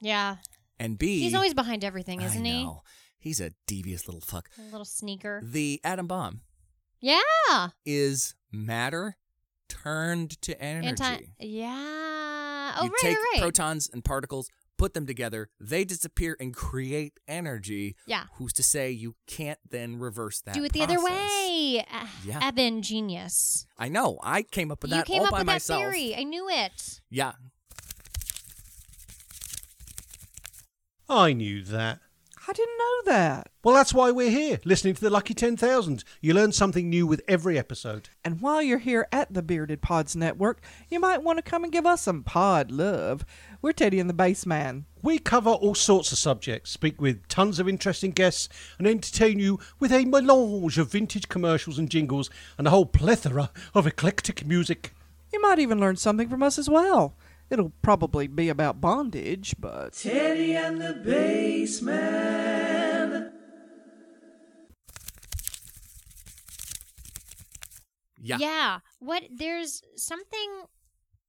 S3: yeah.
S2: and b
S3: He's always behind everything, isn't
S2: I know. He's a devious little fuck.
S3: he? A little sneaker.
S2: The atom bomb
S3: Yeah.
S2: is matter turned to energy.
S3: Yeah. Oh
S2: you
S3: right,
S2: take
S3: right, right.
S2: protons and particles, put them together, they disappear and create energy.
S3: Yeah.
S2: Who's to say you can't then reverse that?
S3: Do it the other
S2: process?
S3: way. Ah,
S2: Yeah.
S3: Evan, genius.
S2: I know. I came up with
S3: you
S2: that
S3: came
S2: all
S3: up
S2: by
S3: with
S2: myself.
S3: that theory. I knew it.
S2: Yeah.
S4: I knew that.
S5: I didn't know that.
S4: Well, that's why we're here, listening to the Lucky 10,000. You learn something new with every episode.
S5: And while you're here at the Bearded Pods Network, you might want to come and give us some pod love. We're Teddy and the Bassman.
S4: We cover all sorts of subjects, speak with tons of interesting guests, and entertain you with a melange of vintage commercials and jingles and a whole plethora of eclectic music.
S5: You might even learn something from us as well. It'll probably be about bondage, but. Teddy and the Bassman.
S2: Yeah.
S3: What there's something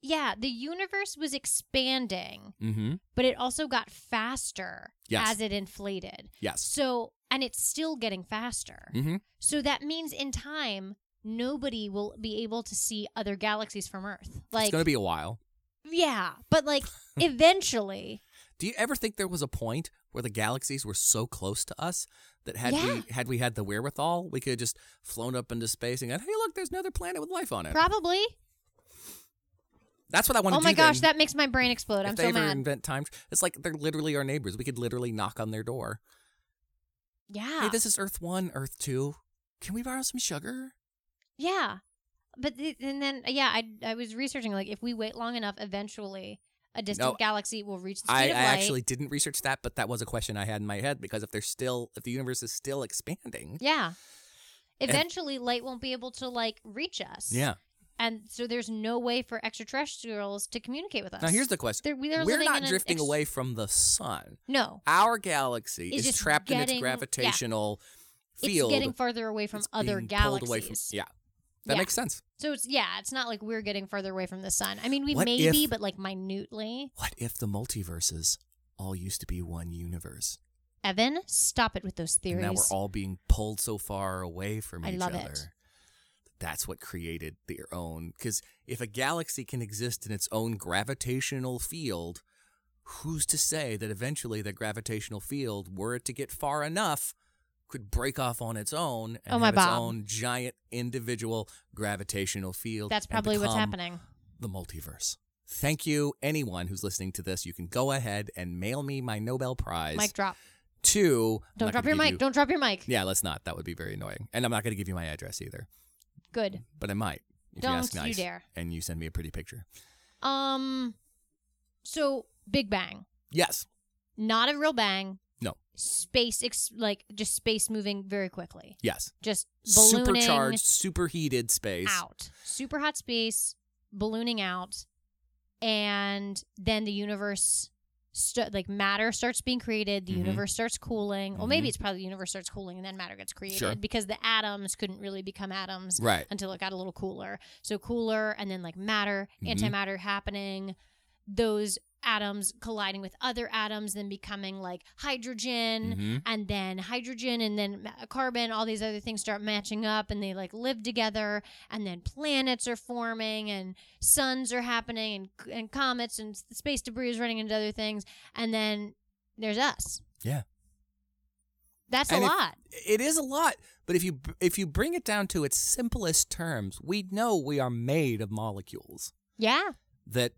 S3: yeah, the universe was expanding,
S2: Mm-hmm.
S3: but it also got faster
S2: Yes.
S3: as it inflated.
S2: Yes.
S3: So and it's still getting faster.
S2: Mm-hmm.
S3: So that means in time nobody will be able to see other galaxies from Earth.
S2: it's
S3: Like
S2: going to be a while.
S3: Yeah, but like eventually.
S2: Do you ever think there was a point where the galaxies were so close to us that had
S3: Yeah.
S2: we had we had the wherewithal, we could have just flown up into space and gone, "Hey, look, there's another planet with life on it."
S3: Probably.
S2: That's what I want to
S3: Oh
S2: do.
S3: my gosh,
S2: then.
S3: that makes my brain explode. I'm
S2: if they
S3: so
S2: ever
S3: mad.
S2: invent time, it's like they're literally our neighbors. We could literally knock on their door.
S3: yeah.
S2: Hey, this is Earth One, Earth Two. Can we borrow some sugar?
S3: Yeah. But the, and then yeah, I I was researching like if we wait long enough, eventually a distant
S2: No.
S3: galaxy will reach the speed
S2: I, I
S3: of light.
S2: actually didn't research that, but that was a question I had in my head because if they're still, if the universe is still expanding,
S3: yeah.
S2: And-
S3: Eventually, light won't be able to like reach us.
S2: yeah.
S3: and so there's no way for extraterrestrials to communicate with us.
S2: Now here's the question:
S3: They're- we are
S2: We're
S3: living
S2: not
S3: in an
S2: drifting
S3: ex-
S2: away from the sun.
S3: no.
S2: Our galaxy
S3: It's
S2: is
S3: just
S2: trapped in
S3: getting-
S2: its
S3: yeah.
S2: gravitational field.
S3: It's getting farther away from
S2: It's
S3: other
S2: being pulled
S3: galaxies.
S2: away from- yeah, that
S3: Yeah.
S2: makes sense.
S3: So it's yeah, it's not like we're getting farther away from the sun. I mean, we
S2: What
S3: maybe,
S2: if-
S3: but like minutely.
S2: What if the multiverses all used to be one universe?
S3: Evan, stop it with those theories.
S2: And now we're all being pulled so far away from
S3: I
S2: each
S3: love it.
S2: other. That's what created their own. Because if a galaxy can exist in its own gravitational field, who's to say that eventually the gravitational field, were it to get far enough, could break off on its own and
S3: Oh, my
S2: have its
S3: Bob.
S2: own giant individual gravitational field?
S3: That's
S2: and
S3: probably what's
S2: become
S3: happening.
S2: The multiverse. Thank you, anyone who's listening to this. You can go ahead and mail me my Nobel Prize
S3: Mic drop.
S2: to. I'm
S3: Don't
S2: not
S3: drop
S2: gonna
S3: your
S2: give
S3: mic.
S2: you-
S3: Don't drop your mic.
S2: yeah, let's not. That would be very annoying. And I'm not going to give you my address either,
S3: Good.
S2: but I might. If
S3: Don't
S2: you ask
S3: you
S2: nice
S3: dare.
S2: And you send me a pretty picture.
S3: Um so Big Bang.
S2: Yes.
S3: Not a real bang.
S2: No.
S3: space ex- like just space moving very quickly.
S2: Yes.
S3: Just ballooning
S2: Supercharged, superheated space.
S3: out. Super hot space ballooning out and then the universe st- like matter starts being created, the
S2: Mhm.
S3: universe starts cooling. Well, maybe
S2: Mhm.
S3: it's probably the universe starts cooling and then matter gets created
S2: Sure.
S3: because the atoms couldn't really become atoms
S2: Right.
S3: until it got a little cooler. So cooler and then like matter,
S2: Mhm.
S3: antimatter happening, those atoms colliding with other atoms, then becoming like hydrogen,
S2: Mhm.
S3: and then hydrogen and then ma- carbon, all these other things start matching up and they like live together and then planets are forming and suns are happening and, and comets and s- space debris is running into other things and then there's us.
S2: Yeah.
S3: That's
S2: And
S3: a
S2: if-
S3: lot.
S2: It is a lot, but if you br- if you bring it down to its simplest terms, we know we are made of molecules.
S3: yeah.
S2: That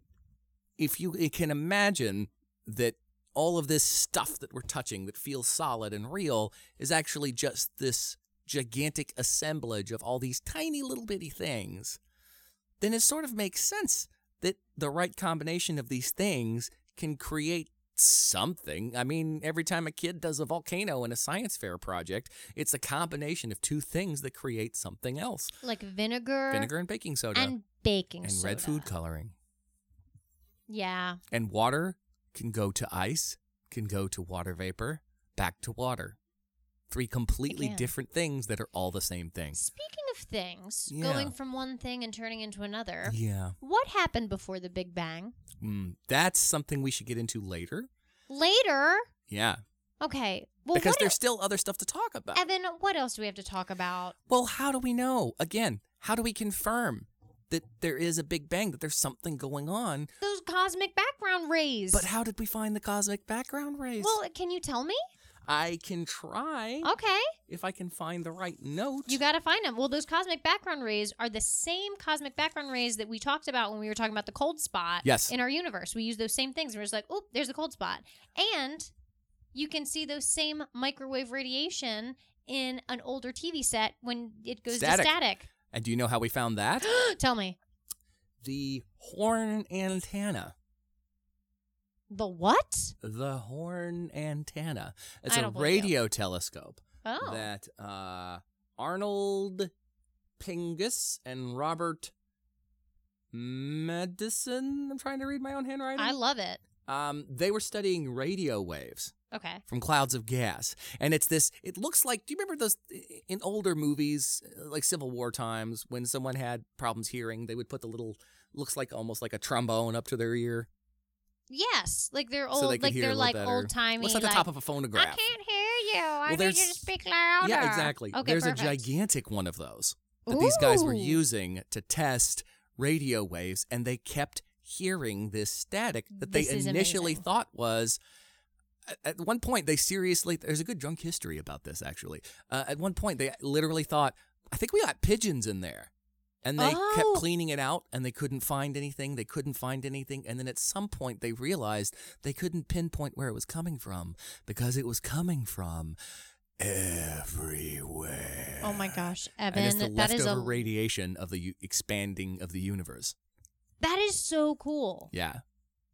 S2: if you it can imagine that all of this stuff that we're touching that feels solid and real is actually just this gigantic assemblage of all these tiny little bitty things, then it sort of makes sense that the right combination of these things can create something. I mean, every time a kid does a volcano in a science fair project, it's a combination of two things that create something else
S3: Like vinegar,
S2: vinegar and baking soda
S3: and baking
S2: and
S3: soda.
S2: red food coloring.
S3: Yeah.
S2: And water can go to ice, can go to water vapor, back to water. Three completely
S3: Again.
S2: different things that are all the same thing.
S3: Speaking of things,
S2: Yeah.
S3: going from one thing and turning into another,
S2: Yeah.
S3: what happened before the Big Bang?
S2: Mm, that's something we should get into later.
S3: Later,
S2: Yeah.
S3: okay. Well,
S2: because
S3: what
S2: there's
S3: el-
S2: still other stuff to talk about.
S3: Evan, what else do we have to talk about?
S2: Well, how do we know? Again, how do we confirm that there is a Big Bang, that there's something going on?
S3: Those cosmic background rays.
S2: But how did we find the cosmic background rays?
S3: well, can you tell me?
S2: I can try
S3: Okay.
S2: if I can find the right note.
S3: You got to find them. Well, those cosmic background rays are the same cosmic background rays that we talked about when we were talking about the cold spot
S2: Yes.
S3: in our universe. We use those same things. And we're just like, oh, there's a cold spot. And you can see those same microwave radiation in an older TV set when it goes
S2: Static.
S3: to static.
S2: and do you know how we found that?
S3: tell me.
S2: the horn antenna.
S3: The what?
S2: The horn antenna. It's
S3: I
S2: a
S3: don't believe you.
S2: radio telescope
S3: Oh.
S2: that uh, Arnold Pingus and Robert Madison. I'm trying to read my own handwriting.
S3: I love it.
S2: um, they were studying radio waves
S3: Okay.
S2: from clouds of gas, and it's this. It looks like. Do you remember those in older movies, uh, like Civil War times, when someone had problems hearing, they would put the little looks like almost like a trombone up to their ear,
S3: Yes. Like they're
S2: so
S3: old,
S2: they could
S3: like
S2: hear a
S3: they're
S2: little
S3: like
S2: better.
S3: old timey.
S2: What's like the
S3: like,
S2: top of a phonograph?
S3: I can't hear you. I need
S2: there's-
S3: you to speak louder.
S2: Yeah, exactly.
S3: Okay,
S2: There's
S3: perfect.
S2: a gigantic one of those that these guys were
S3: Ooh.
S2: using to test radio waves, and they kept hearing this static that they
S3: This is
S2: initially
S3: amazing.
S2: thought was. at- At one point, they seriously. There's a good drunk history about this, actually. Uh, at one point, they literally thought, "I think we got pigeons in there," and they kept
S3: Oh.
S2: cleaning it out, and they couldn't find anything. They couldn't find anything, and then at some point, they realized they couldn't pinpoint where it was coming from because it was coming from everywhere.
S3: Oh my gosh,
S2: And it's the
S3: Evan, that is
S2: leftover
S3: a
S2: radiation of the u- expanding of the universe.
S3: that is so cool.
S2: Yeah.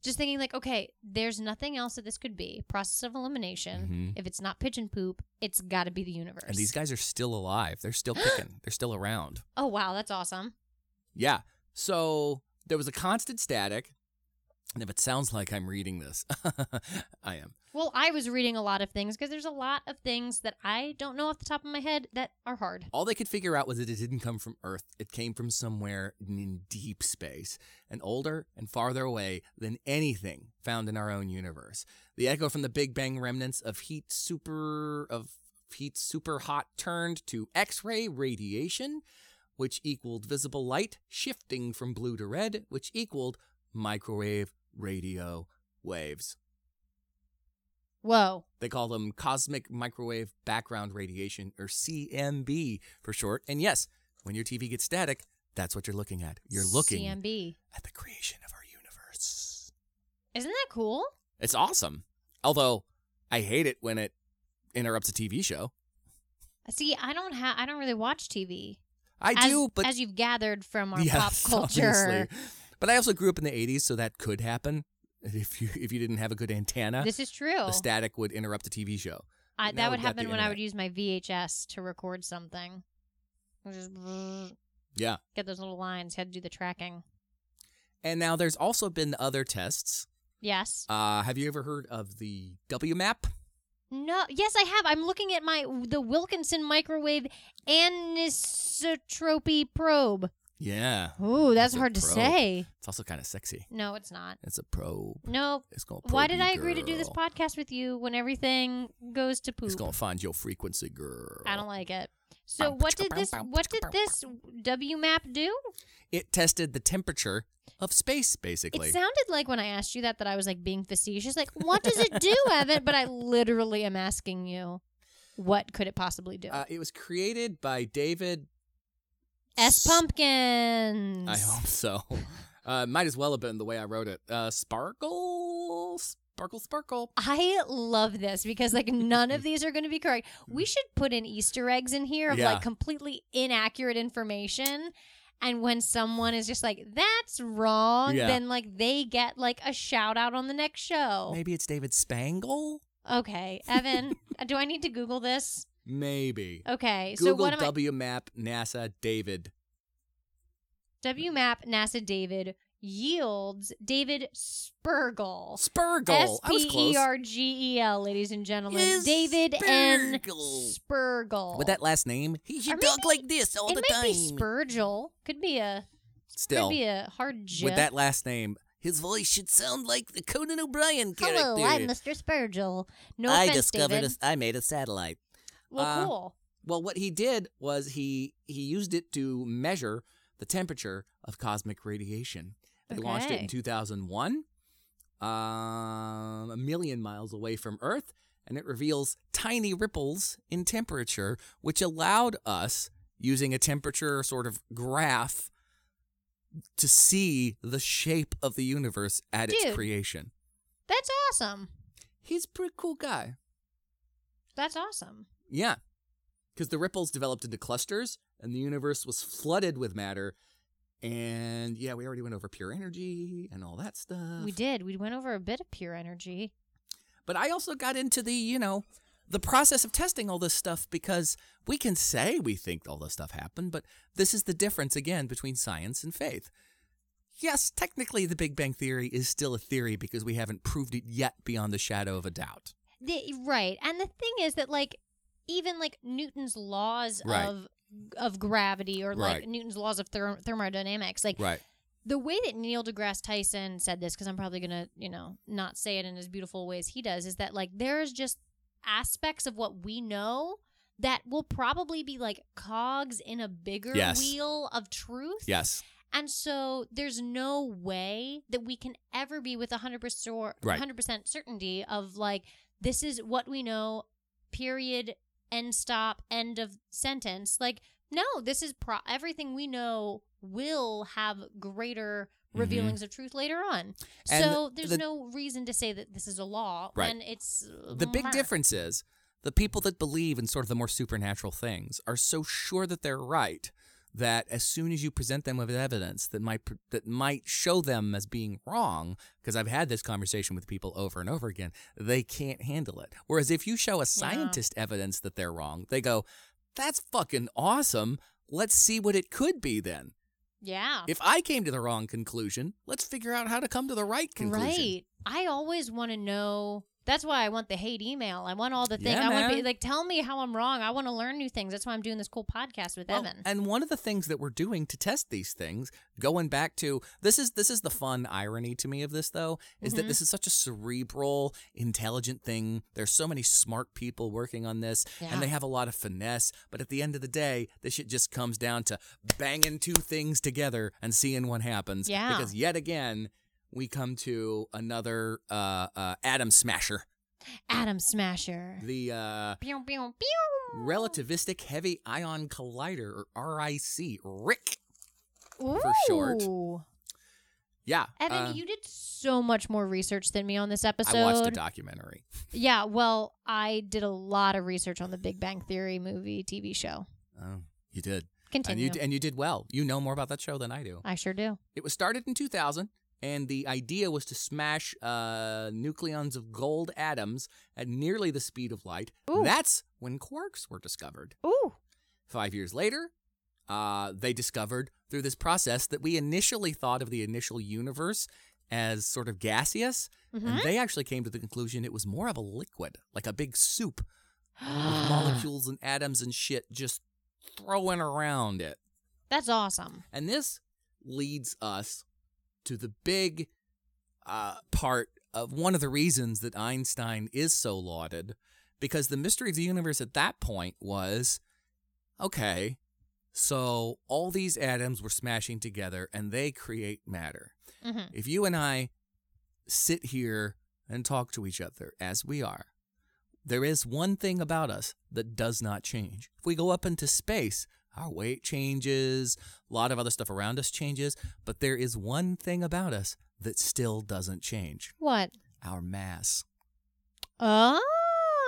S3: Just thinking like, okay, there's nothing else that this could be. Process of elimination.
S2: Mhm.
S3: If it's not pigeon poop, it's got to be the universe.
S2: And these guys are still alive. They're still kicking. They're still around.
S3: oh wow, that's awesome.
S2: Yeah. So there was a constant static. And if it sounds like I'm reading this, I am.
S3: Well, I was reading a lot of things because there's a lot of things that I don't know off the top of my head that are hard.
S2: All they could figure out was that it didn't come from Earth. It came from somewhere in deep space and older and farther away than anything found in our own universe. The echo from the Big Bang remnants of heat super of heat super hot turned to X-ray radiation, which equaled visible light shifting from blue to red, which equaled microwave radio waves.
S3: Whoa.
S2: They call them cosmic microwave background radiation, or CMB for short. And yes, when your TV gets static, that's what you're looking at. You're looking
S3: CMB.
S2: at the creation of our universe.
S3: Isn't that cool?
S2: It's awesome. Although I hate it when it interrupts a TV show.
S3: See, I don't have I don't really watch TV.
S2: I
S3: As-
S2: do, but
S3: as you've gathered from our
S2: Yes,
S3: pop culture.
S2: obviously. But I also grew up in the '80s, so that could happen if you if you didn't have a good antenna.
S3: This is true.
S2: the static would interrupt a TV show.
S3: I,
S2: Now we've
S3: that would
S2: got
S3: happen
S2: the
S3: when I
S2: internet.
S3: would use my VHS to record something. I Just get
S2: Yeah.
S3: those little lines. Had to do the tracking.
S2: And now there's also been other tests.
S3: Yes.
S2: Uh, have you ever heard of the WMAP?
S3: No. Yes, I have. I'm looking at my the Wilkinson microwave anisotropy probe.
S2: Yeah.
S3: Ooh, that's
S2: It's a
S3: hard to
S2: probe.
S3: say.
S2: It's also kind of sexy.
S3: No, it's not.
S2: It's a probe.
S3: No.
S2: It's going to
S3: Why did I agree to do this podcast with you when everything goes to poop?
S2: It's going to find your frequency, girl.
S3: I don't like it. So what did this what did this WMAP do?
S2: It tested the temperature of space,
S3: It
S2: basically.
S3: sounded like when I asked you that that I was like being facetious, like what does it do, Evan? But I literally am asking you, what could it possibly do?
S2: uh, it was created by David.
S3: S pumpkins.
S2: I hope so. Uh, might as well have been the way I wrote it. Uh, sparkle, sparkle, sparkle.
S3: I love this because like none of these are going to be correct. We should put in Easter eggs in here of
S2: Yeah.
S3: like completely inaccurate information. And when someone is just like, that's wrong,
S2: Yeah.
S3: then like they get like a shout out on the next show.
S2: Maybe it's David Spangle.
S3: Okay, Evan, uh, do I need to Google this?
S2: Maybe.
S3: Okay, so
S2: Google
S3: what am I?
S2: WMAP NASA David.
S3: WMAP NASA David yields David Spurgle.
S2: Spurgle.
S3: S
S2: I was
S3: P E
S2: close.
S3: R G E L, ladies and gentlemen.
S2: Yes,
S3: David N.
S2: Spurgle.
S3: Spurgle.
S2: With that last name, he
S3: Or
S2: should
S3: maybe-
S2: talk like this all
S3: it
S2: the
S3: might
S2: time.
S3: be Spurgel. Could be a
S2: Still,
S3: could be a hard J.
S2: with that last name, his voice should sound like the Conan O'Brien character.
S3: Hello, I'm Mr. Spurgel. No
S2: I
S3: offense,
S2: discovered.
S3: David.
S2: A, I made a satellite.
S3: well,
S2: uh,
S3: cool.
S2: Well, what he did was he he used it to measure the temperature of cosmic radiation. They launched it
S3: Okay.
S2: in 2001, um, a million miles away from Earth, and it reveals tiny ripples in temperature, which allowed us, using a temperature sort of graph, to see the shape of the universe at
S3: Dude.
S2: its creation.
S3: That's awesome.
S2: He's a pretty cool guy.
S3: That's awesome.
S2: Yeah. Because the ripples developed into clusters and the universe was flooded with matter. And yeah, we already went over pure energy and all that stuff.
S3: We did. We went over a bit of pure energy.
S2: But I also got into the, you know, the process of testing all this stuff because we can say we think all this stuff happened, but this is the difference again between science and faith. Yes, technically the Big Bang Theory is still a theory because we haven't proved it yet beyond the shadow of a doubt.
S3: The, right. And the thing is that like even like Newton's laws
S2: Right.
S3: of of gravity or like
S2: Right.
S3: Newton's laws of therm- thermodynamics like
S2: Right.
S3: the way that Neil deGrasse Tyson said this cuz I'm probably going to, you know, not say it in as beautiful way as he does is that like there's just aspects of what we know that will probably be like cogs in a bigger
S2: Yes.
S3: wheel of truth.
S2: Yes.
S3: And so there's no way that we can ever be with 100% sor-
S2: Right.
S3: 100% certainty of like, this is what we know, period, end stop, end of sentence. Like, no, this is pro- everything we know will have greater
S2: Mhm.
S3: revealings of truth later on.
S2: And
S3: so
S2: the-
S3: there's no reason to say that this is a law
S2: Right.
S3: when it's uh,
S2: The big
S3: Mwah.
S2: difference is the people that believe in sort of the more supernatural things are so sure that they're right that as soon as you present them with evidence that might that might show them as being wrong because I've had this conversation with people over and over again they can't handle it whereas if you show a scientist evidence that they're wrong they go that's fucking awesome let's see what it could be then
S3: Yeah.
S2: if I came to the wrong conclusion let's figure out how to come to the right conclusion
S3: Right. I always want to know. That's why I want the hate email. I want all the things.
S2: Yeah,
S3: I want to be
S2: man.
S3: like, tell me how I'm wrong. I want to learn new things. That's why I'm doing this cool podcast with
S2: Well,
S3: Evan.
S2: Oh, And one of the things that we're doing to test these things, going back to this is this is the fun irony to me of this though, is
S3: Mm-hmm.
S2: that this is such a cerebral, intelligent thing. There's so many smart people working on this,
S3: Yeah.
S2: and they have a lot of finesse. But at the end of the day, this shit just comes down to banging two things together and seeing what happens.
S3: Yeah.
S2: Because yet again, we come to another uh, uh, atom smasher,
S3: Adam Smasher.
S2: the uh,
S3: Pew, pew, pew.
S2: relativistic heavy ion collider or RIC, RIC.
S3: Ooh.
S2: short. Yeah.
S3: Evan,
S2: uh,
S3: you did so much more research than me on this episode.
S2: I watched a documentary.
S3: yeah, well, I did a lot of research on the Big Bang Theory movie TV show.
S2: Oh, you did.
S3: Continue.
S2: And you, and you did well. You know more about that show than I do.
S3: I sure do.
S2: It was started in 2000 and the idea was to smash uh, nucleons of gold atoms at nearly the speed of light.
S3: Ooh.
S2: That's when quarks were discovered.
S3: Ooh.
S2: Five years later, uh, they discovered through this process that we initially thought of the initial universe as sort of gaseous, and they actually came to the conclusion it was more of a liquid, like a big soup with molecules and atoms and shit just throwing around it.
S3: That's awesome.
S2: And this leads us to the big uh, part of one of the reasons that Einstein is so lauded, because the mystery of the universe at that point was okay, so all these atoms were smashing together and they create matter.
S3: Mhm.
S2: If you and I sit here and talk to each other as we are, there is one thing about us that does not change. If we go up into space, our weight changes, a lot of other stuff around us changes, but there is one thing about us that still doesn't change
S3: What?
S2: our mass.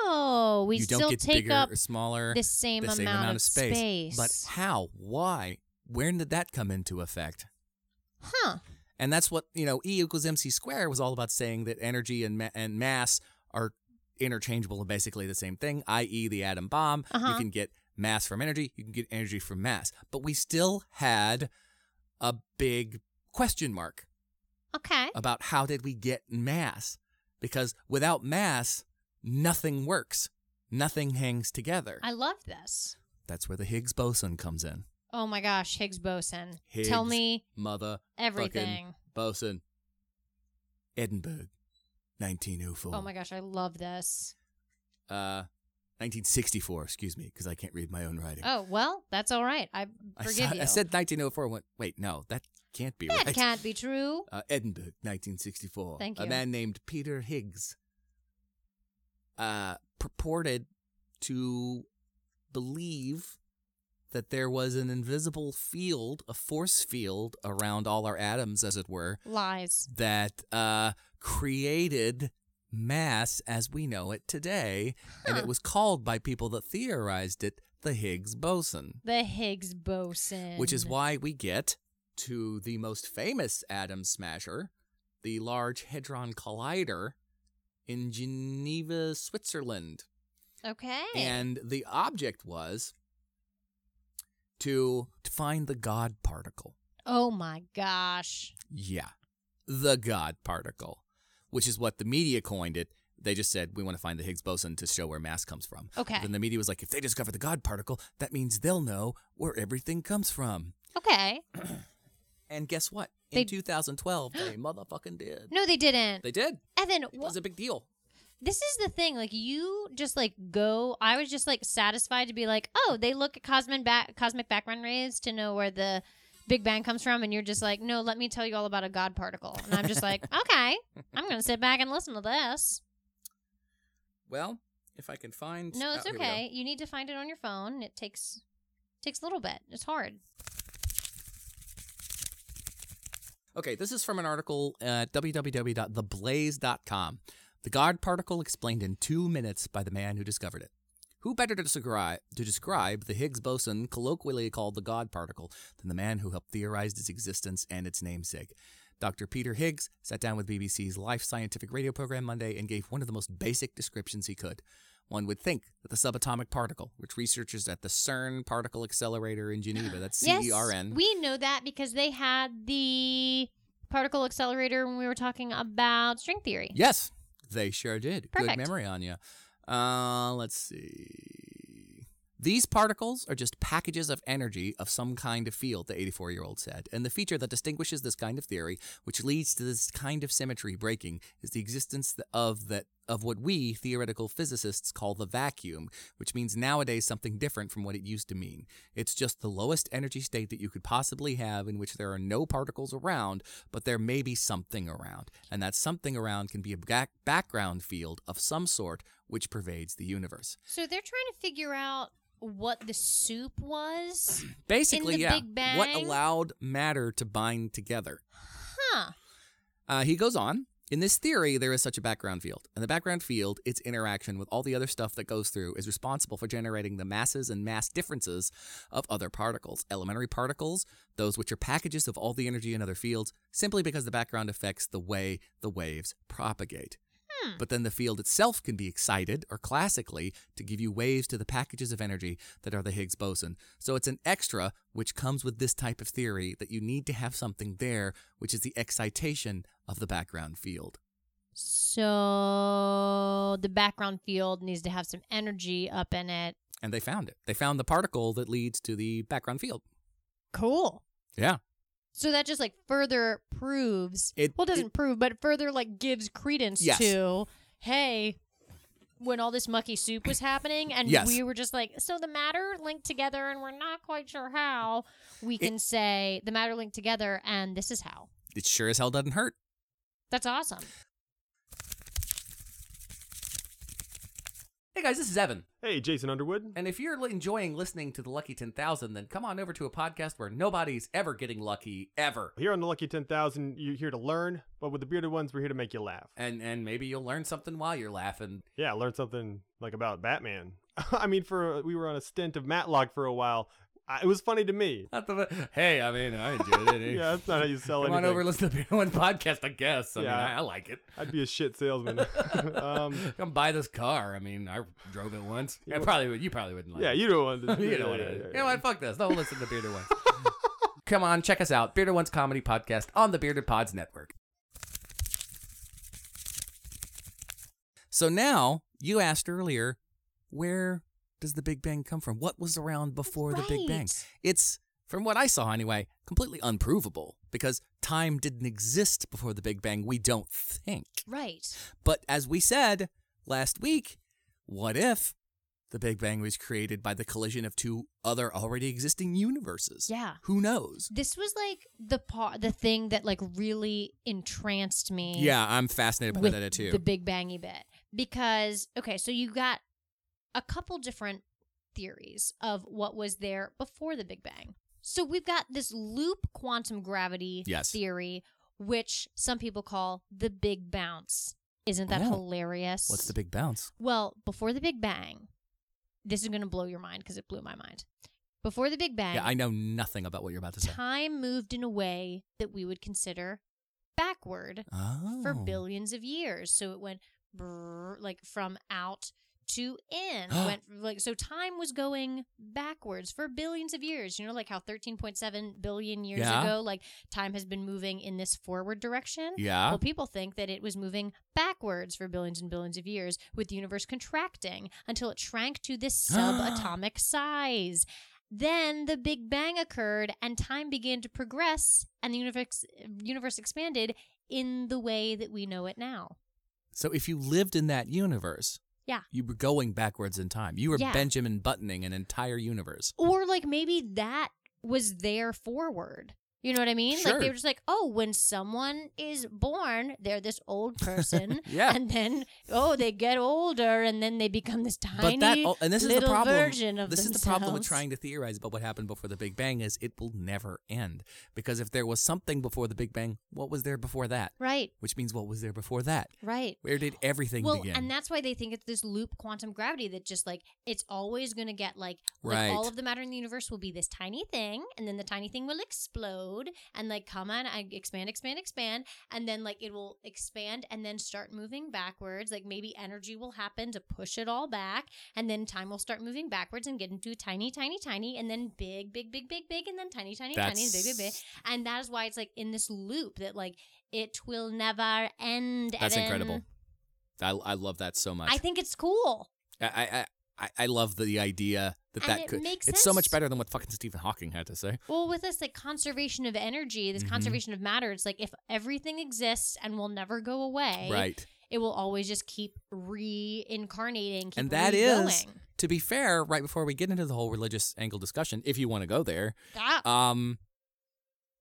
S3: Oh, we
S2: you don't
S3: still
S2: get
S3: take
S2: bigger
S3: up
S2: or smaller,
S3: the same amount of space.
S2: But how? Why? When did that come into effect?
S3: Huh.
S2: And that's what, you know, E equals MC squared was all about saying that energy and, ma- and mass are interchangeable and basically the same thing, i.e., the atom bomb. You
S3: Uh-huh.
S2: can get mass from energy, you can get energy from mass. But we still had a big question mark
S3: Okay.
S2: about how did we get mass because without mass, nothing works, nothing hangs together.
S3: I love this.
S2: That's where the Higgs boson comes in.
S3: Oh my gosh, Higgs boson.
S2: Higgs
S3: Tell me
S2: mother
S3: everything.
S2: boson. Edinburgh, 1904.
S3: Oh my gosh, I love this.
S2: Uh, 1964, excuse me, because I can't read my own writing.
S3: Oh, well, that's all right. I
S2: I,
S3: forgive
S2: saw-
S3: you.
S2: I said 1904 and went, wait, no, that can't be
S3: that
S2: right.
S3: can't be true.
S2: Uh, Edinburgh, 1964.
S3: Thank
S2: A
S3: you.
S2: man named Peter Higgs uh, purported to believe that there was an invisible field, a force field around all our atoms, as it were,
S3: Lies.
S2: that uh, created mass as we know it today. And
S3: Huh.
S2: it was called by people that theorized it the Higgs boson
S3: The Higgs boson.
S2: which is why we get to the most famous atom smasher, the Large Hadron Collider in Geneva, Switzerland.
S3: Okay.
S2: And the object was to, to find the God particle.
S3: oh my gosh.
S2: Yeah, the God particle, which is what the media coined it. They just said, we want to find the Higgs boson to show where mass comes from.
S3: Okay.
S2: Then the media was like, if they discover the God particle, that means they'll know where everything comes from.
S3: Okay.
S2: And guess what? In
S3: They-
S2: 2012, they motherfucking did.
S3: No, they didn't.
S2: They did.
S3: Evan,
S2: It
S3: wha-
S2: was a big deal.
S3: this is the thing. Like you just like go. I was just like satisfied to be like, oh, they look at cosmic back cosmic background rays to know where the Big Bang comes from, and you're just like, no, let me tell you all about a God particle. And I'm just like, okay, I'm gonna sit back and listen to this.
S2: Well, if I can find.
S3: No, it's
S2: oh, here we go.
S3: okay. You need to find it on your phone. It takes takes a little bit. It's hard.
S2: Okay, this is from an article at www.theblaze.com. The God particle explained in two minutes by the man who discovered it. Who better to describe, to describe the Higgs boson, colloquially called the God particle, than the man who helped theorize its existence and its namesake? Dr. Peter Higgs sat down with BBC's Life Scientific radio program Monday and gave one of the most basic descriptions he could. One would think that the subatomic particle, which researchers at the CERN Particle Accelerator in Geneva, that's E
S3: Yes,
S2: CERN,
S3: We know that because they had the particle accelerator when we were talking about string theory.
S2: Yes, they sure did.
S3: Perfect.
S2: Good memory on you. Uh, let's see. These particles are just packages of energy of some kind of field, the 84 year old said. And the feature that distinguishes this kind of theory, which leads to this kind of symmetry breaking, is the existence th- of that of what we theoretical physicists call the vacuum, which means nowadays something different from what it used to mean. It's just the lowest energy state that you could possibly have in which there are no particles around, but there may be something around. And that something around can be a back- background field of some sort which pervades the universe.
S3: So they're trying to figure out what the soup was.
S2: Basically,
S3: the
S2: yeah,
S3: Big Bang?
S2: what allowed matter to bind together.
S3: Huh.
S2: Uh, he goes on In this theory, there is such a background field, and the background field, its interaction with all the other stuff that goes through, is responsible for generating the masses and mass differences of other particles. Elementary particles, those which are packages of all the energy in other fields, simply because the background affects the way the waves propagate. But then the field itself can be excited or classically to give you waves to the packages of energy that are the Higgs boson. So it's an extra which comes with this type of theory that you need to have something there, which is the excitation of the background field.
S3: So the background field needs to have some energy up in it.
S2: And they found it. They found the particle that leads to the background field.
S3: Cool.
S2: Yeah.
S3: So that just like further proves
S2: It-
S3: well it doesn't prove, but further like gives credence
S2: Yes.
S3: to hey, when all this mucky soup was happening and
S2: Yes.
S3: we were just like, so the matter linked together and we're not quite sure how, we can say the matter linked together and this is how.
S2: It sure as hell doesn't hurt.
S3: That's awesome.
S2: Hey guys, this is Evan.
S6: Hey, Jason Underwood.
S2: And if you're li- enjoying listening to the Lucky 10,000, then come on over to a podcast where nobody's ever getting lucky, ever.
S6: Here on the Lucky 10,000, you're here to learn, but with the bearded ones, we're here to make you laugh.
S2: And, and maybe you'll learn something while you're laughing.
S6: Yeah, learn something like about Batman. I mean, for uh, we were on a stint of Matlock for a while. I, it was funny to me.
S2: Not the, hey, I mean, I enjoyed it.
S6: Yeah, that's not how you sell
S2: Come on
S6: anything.
S2: over, listen to the Beer One podcast, I guess. I
S6: Yeah.
S2: mean, I, I like it.
S6: I'd be a shit salesman. um,
S2: Come buy this car. I mean, I drove it once. Yeah, probably would. You probably wouldn't like
S6: yeah,
S2: it.
S6: you don't want to.
S2: you
S6: yeah,
S2: know what?
S6: yeah,
S2: I-
S6: yeah,
S2: You
S6: yeah.
S2: know what? Fuck this. Don't listen to Bearded Ones. Come on, check us out. Bearded Ones Comedy Podcast on the Bearded Pods Network. So now, you asked earlier, where does the Big Bang come from? What was around before the Big Bang?
S3: Right.
S2: It's, from what I saw anyway, completely unprovable because time didn't exist before the Big Bang, we don't think.
S3: Right.
S2: But as we said last week, what if the Big Bang was created by the collision of two other already existing universes?
S3: Yeah.
S2: Who knows?
S3: This was like the part the thing that like really entranced me.
S2: Yeah, I'm fascinated by
S3: with
S2: that too.
S3: The Big Bangy bit. Because okay, so you got a couple different theories of what was there before the Big Bang. So we've got this loop quantum gravity
S2: Yes.
S3: theory, which some people call the big bounce. Isn't that
S2: Oh.
S3: hilarious?
S2: What's the big bounce?
S3: Well, before the Big Bang, this is going to blow your mind because it blew my mind. Before the Big Bang,
S2: Yeah, I know nothing about what you're about to say.
S3: time moved in a way that we would consider backward
S2: Oh.
S3: for billions of years. So it went brrr, like from out to in. went like so time was going backwards for billions of years. You know, like how 13.7 billion years
S2: Yeah.
S3: ago, like time has been moving in this forward direction.
S2: Yeah.
S3: Well, people think that it was moving backwards for billions and billions of years, with the universe contracting until it shrank to this subatomic size. Then the Big Bang occurred, and time began to progress, and the universe universe expanded in the way that we know it now.
S2: So if you lived in that universe,
S3: Yeah.
S2: you were going backwards in time. You were
S3: Yeah.
S2: Benjamin buttoning an entire universe.
S3: Or like maybe that was their forward. You know what I mean? Like they
S2: Sure.
S3: were just like, oh, when someone is born, they're this old person,
S2: Yeah.
S3: and then oh, they get older, and then they become this tiny
S2: but that oh, and this is the
S3: little
S2: problem.
S3: version of
S2: this is the problem with
S3: themselves.
S2: trying to theorize about what happened before the Big Bang is it will never end because if there was something before the Big Bang, what was there before that?
S3: Right,
S2: Which means what was there before that?
S3: right.
S2: Where did everything
S3: Well,
S2: begin?
S3: and that's why they think it's this loop quantum gravity that just like it's always going to get like, like,
S2: Right.
S3: all of the matter in the universe will be this tiny thing, and then the tiny thing will explode and like come on, I expand, expand, expand, and then like it will expand and then start moving backwards. Like maybe energy will happen to push it all back, and then time will start moving backwards and get into tiny, tiny, tiny, and then big, big, big, big, big, and then tiny, tiny, tiny, and big, big, big,
S2: That's-
S3: and that is why it's like in this loop that like it will never end.
S2: That's
S3: Evan.
S2: incredible. I, I love that so much.
S3: I think it's cool.
S2: I, I, I, I love the idea that
S3: And
S2: that
S3: it
S2: could.
S3: makes
S2: it's so much
S3: sense.
S2: better than what fucking Stephen Hawking had to say.
S3: Well, with this like conservation of energy, this
S2: Mhm.
S3: conservation of matter, it's like if everything exists and will never go away,
S2: Right.
S3: it will always just keep reincarnating, keep
S2: and that is,
S3: re-going.
S2: to be fair, right before we get into the whole religious angle discussion, if you want to go there,
S3: that
S2: Um,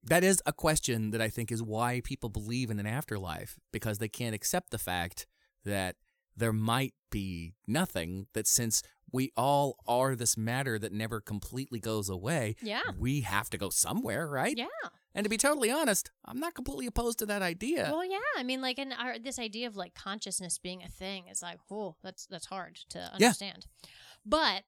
S2: that is a question that I think is why people believe in an afterlife because they can't accept the fact that there might be nothing. That since we all are this matter that never completely goes away.
S3: Yeah.
S2: We have to go somewhere, right?
S3: Yeah.
S2: And to be totally honest, I'm not completely opposed to that idea.
S3: Well, yeah. I mean, like, and our, this idea of like consciousness being a thing is like, whoa, that's that's hard to understand. But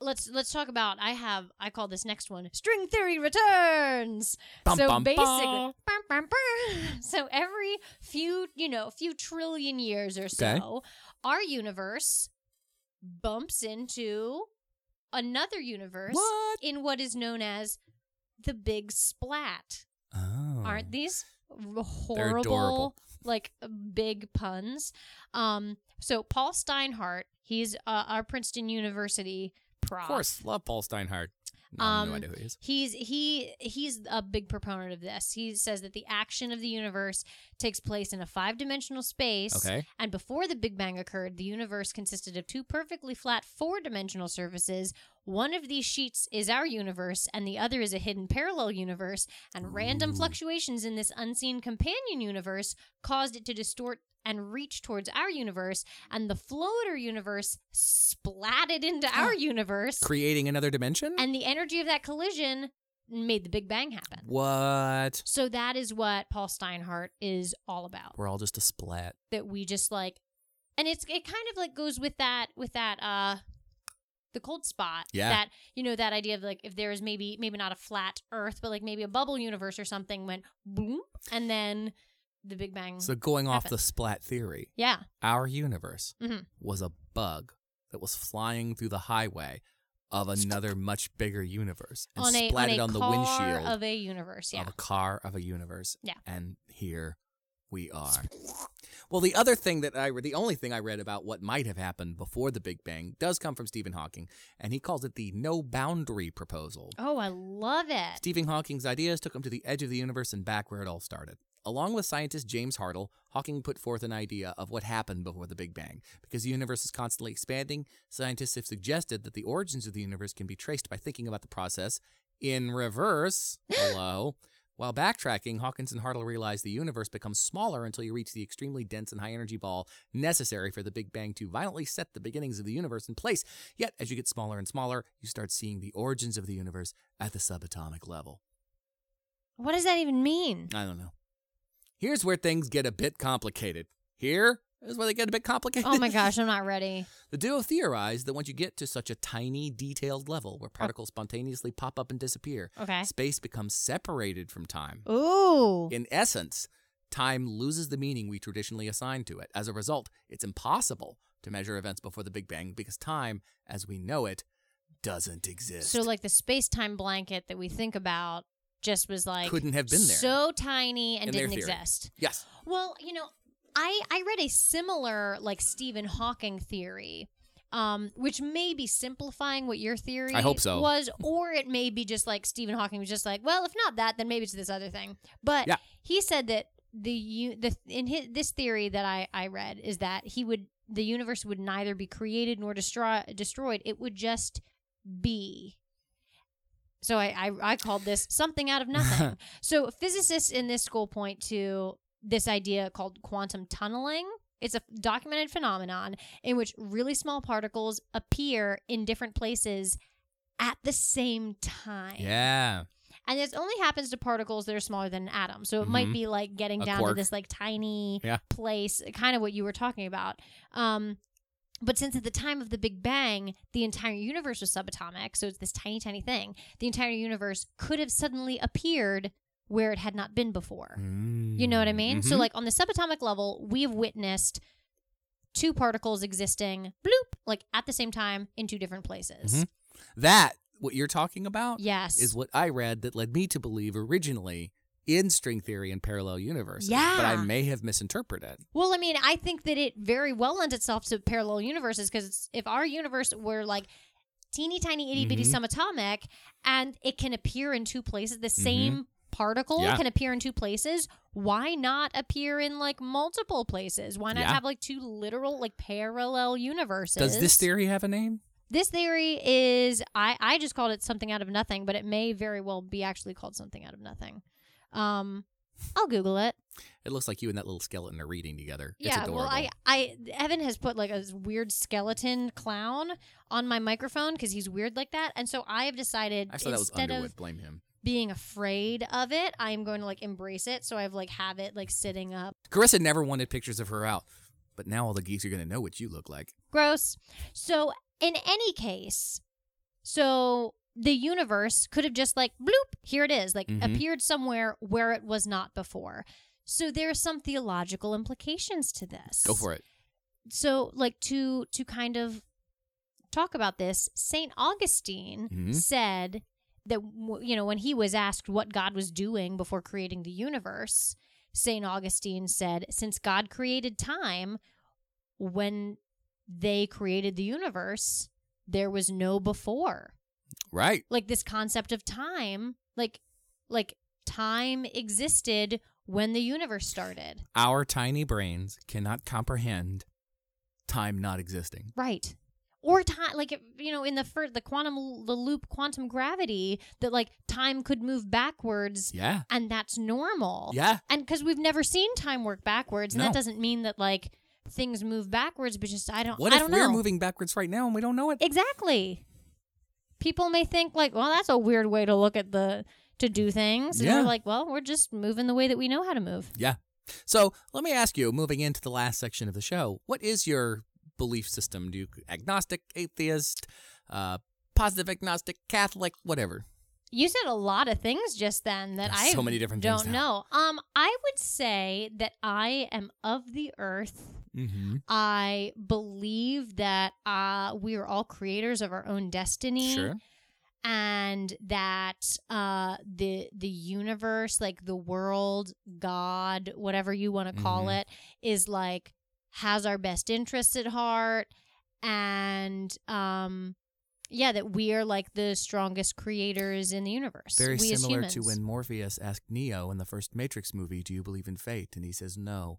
S3: let's let's talk about. I have I call this next one string theory returns.
S2: Bum,
S3: so
S2: bum,
S3: basically,
S2: bum.
S3: bum, bum, bum. so every few you know few trillion years or so, our universe bumps into another universe
S2: What?
S3: in what is known as the Big Splat.
S2: oh.
S3: Aren't these r-
S2: They're
S3: horrible,
S2: adorable.
S3: like big puns? Um, so Paul Steinhardt, he's uh, our Princeton University prof.
S2: Of course, love Paul Steinhardt. No,
S3: Um,
S2: no idea who he is.
S3: He's he he's a big proponent of this. He says that the action of the universe takes place in a five-dimensional space.
S2: Okay.
S3: And before the Big Bang occurred, the universe consisted of two perfectly flat four-dimensional surfaces. One of these sheets is our universe, and the other is a hidden parallel universe. And random
S2: Ooh.
S3: fluctuations in this unseen companion universe caused it to distort and reach towards our universe. And the floater universe splatted into our universe
S2: Creating another dimension?
S3: and the energy of that collision made the Big Bang happen.
S2: what?
S3: So that is what Paul Steinhardt is all about.
S2: We're all just a splat.
S3: That we just like, and it's it kind of like goes with that with that uh, the cold spot.
S2: Yeah.
S3: That you know that idea of like if there is maybe maybe not a flat Earth, but like maybe a bubble universe or something went boom, and then the Big Bang.
S2: So going off
S3: Happen.
S2: the splat theory,
S3: yeah.
S2: our universe
S3: Mhm.
S2: was a bug that was flying through the highway of another much bigger universe and
S3: on a on
S2: splatted
S3: a
S2: on the
S3: car
S2: windshield
S3: of a universe. Yeah.
S2: of a car of a universe.
S3: Yeah.
S2: And here we are. Well, the other thing that I read, the only thing I read about what might have happened before the Big Bang does come from Stephen Hawking, and he calls it the no boundary proposal.
S3: oh, I love it.
S2: Stephen Hawking's ideas took him to the edge of the universe and back where it all started. Along with scientist James Hartle, Hawking put forth an idea of what happened before the Big Bang. Because the universe is constantly expanding, scientists have suggested that the origins of the universe can be traced by thinking about the process in reverse. Hello. While backtracking, Hawkins and Hartle realized the universe becomes smaller until you reach the extremely dense and high energy ball necessary for the Big Bang to violently set the beginnings of the universe in place. Yet, as you get smaller and smaller, you start seeing the origins of the universe at the subatomic level.
S3: What does that even mean?
S2: I don't know. Here's where things get a bit complicated. Here is where they get a bit complicated.
S3: Oh my gosh, I'm not ready.
S2: The duo theorized that once you get to such a tiny, detailed level where particles spontaneously pop up and disappear,
S3: Oh. Okay.
S2: space becomes separated from time.
S3: Ooh.
S2: In essence, time loses the meaning we traditionally assign to it. As a result, it's impossible to measure events before the Big Bang because time, as we know it, doesn't exist.
S3: So like the space time blanket that we think about just was like
S2: Couldn't have been there.
S3: So tiny and
S2: In their
S3: didn't
S2: theory.
S3: exist.
S2: yes.
S3: Well, you know, I I read a similar like Stephen Hawking theory. Um, which may be simplifying what your theory
S2: I hope so.
S3: was, or it may be just like Stephen Hawking was just like, well, if not that, then maybe it's this other thing. But
S2: Yeah.
S3: he said that the you the in his, this theory that I I read is that he would the universe would neither be created nor destroy, destroyed. It would just be. So I, I I called this something out of nothing. so physicists in this school point to this idea called quantum tunneling. It's a documented phenomenon in which really small particles appear in different places at the same time.
S2: Yeah.
S3: And this only happens to particles that are smaller than an atom. So it might
S2: Mhm.
S3: be like getting
S2: A
S3: down to
S2: quark.
S3: this like tiny
S2: Yeah.
S3: place, kind of what you were talking about. Um, but since at the time of the Big Bang, the entire universe was subatomic, so it's this tiny, tiny thing, the entire universe could have suddenly appeared where it had not been before. You know what I mean? So,
S2: Mhm.
S3: like on the subatomic level, we have witnessed two particles existing, bloop, like at the same time in two different places.
S2: Mhm. That what you're talking about
S3: Yes.
S2: is what I read that led me to believe originally in string theory and parallel universes. But I
S3: Yeah.
S2: may have misinterpreted.
S3: well, I mean, I think that it very well lends itself to parallel universes because if our universe were like teeny tiny itty bitty
S2: Mhm.
S3: subatomic and it can appear in two places, the same particle
S2: Mm-hmm. Yeah.
S3: can appear in two places, why not appear in like multiple places? Why not
S2: Yeah.
S3: have like two literal, like parallel universes?
S2: Does this theory have a name?
S3: This theory is I I just called it something out of nothing, but it may very well be actually called something out of nothing. Um I'll Google it.
S2: It looks like you and that little skeleton are reading together. it's
S3: yeah,
S2: adorable.
S3: well, I, I, Evan has put like a weird skeleton clown on my microphone because he's weird like that, and so I have decided
S2: I thought that was
S3: instead
S2: Underwood.
S3: of
S2: Blame him.
S3: being afraid of it, I am going to like embrace it. So I've like have it like sitting up.
S2: Carissa never wanted pictures of her out, but now all the geeks are going to know what you look like.
S3: Gross. So in any case, so the universe could have just like bloop, here it is, like
S2: Mhm.
S3: appeared somewhere where it was not before. So there's some theological implications to this.
S2: Go for it.
S3: so like to to kind of talk about this saint augustine
S2: Mhm.
S3: said that w- you know when he was asked what god was doing before creating the universe saint augustine said since god created time when they created the universe there was no before
S2: Right.
S3: like this concept of time like like time existed when the universe started
S2: Our tiny brains cannot comprehend time not existing.
S3: Right. Or time, like if- you know, in the first, the quantum, the loop, quantum gravity, that like time could move backwards,
S2: Yeah.
S3: and that's normal.
S2: Yeah.
S3: And because we've never seen time work backwards, and
S2: No.
S3: that doesn't mean that like things move backwards, but just I don't.
S2: What
S3: I
S2: if
S3: don't
S2: we're
S3: know.
S2: moving backwards right now and we don't know it?
S3: Exactly. People may think like, well, that's a weird way to look at the to do things, and
S2: Yeah.
S3: we're like, well, we're just moving the way that we know how to move.
S2: Yeah. So let me ask you, moving into the last section of the show, what is your belief system? Do you agnostic, atheist, uh, positive agnostic, Catholic, whatever?
S3: You said a lot of things just then that
S2: There's
S3: I
S2: so many different
S3: don't
S2: things now.
S3: know. Um, I would say that I am of the earth.
S2: Mm-hmm.
S3: I believe that uh, we are all creators of our own destiny,
S2: Sure.
S3: and that uh, the the universe, like the world, God, whatever you want to call
S2: Mhm.
S3: it, is like has our best interests at heart, and um, yeah, that we are like the strongest creators in the universe.
S2: Very
S3: we as
S2: similar
S3: humans.
S2: to when Morpheus asked Neo in the first Matrix movie, Do you believe in fate? And he says, No.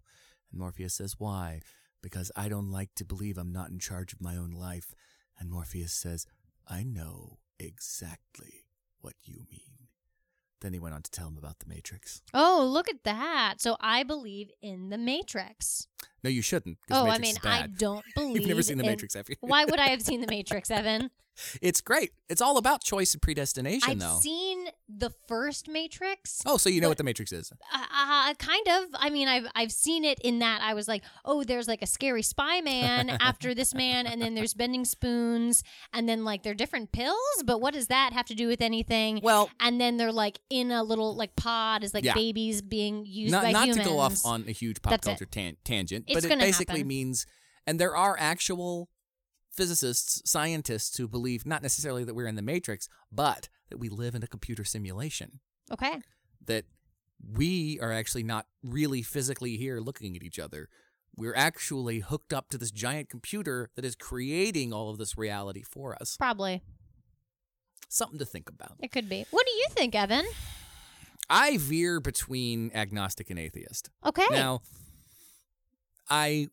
S2: And Morpheus says, Why? Because I don't like to believe I'm not in charge of my own life. And Morpheus says, I know exactly what you mean. Then he went on to tell him about the Matrix.
S3: Oh, look at that! So I believe in the Matrix.
S2: No, you shouldn't. 'cause
S3: Oh, I
S2: Matrix
S3: mean,
S2: is
S3: I
S2: bad.
S3: don't believe.
S2: You've never seen The
S3: in-
S2: Matrix, have you?
S3: Why would I have seen The Matrix, Evan?
S2: It's great. It's all about choice and predestination,
S3: I've
S2: though.
S3: seen the first Matrix.
S2: oh, so you know
S3: but-
S2: what the Matrix is.
S3: Uh, kind of. I mean, I've I've seen it in that I was like, oh, there's like a scary spy man after this man, and then there's bending spoons, and then like they're different pills. But what does that have to do with anything?
S2: Well-
S3: and then they're like in a little like pod as like
S2: Yeah.
S3: babies being used
S2: not,
S3: by
S2: not
S3: humans.
S2: to go off on a huge pop
S3: That's it.
S2: culture tan- tangent,
S3: It's
S2: but it
S3: gonna
S2: basically
S3: happen.
S2: means, and there are actual physicists, scientists who believe not necessarily that we're in the matrix, but that we live in a computer simulation,
S3: Okay.
S2: that we are actually not really physically here looking at each other. We're actually hooked up to this giant computer that is creating all of this reality for us.
S3: Probably.
S2: Something to think about.
S3: It could be. What do you think, Evan?
S2: I veer between agnostic and atheist.
S3: Okay.
S2: Now, I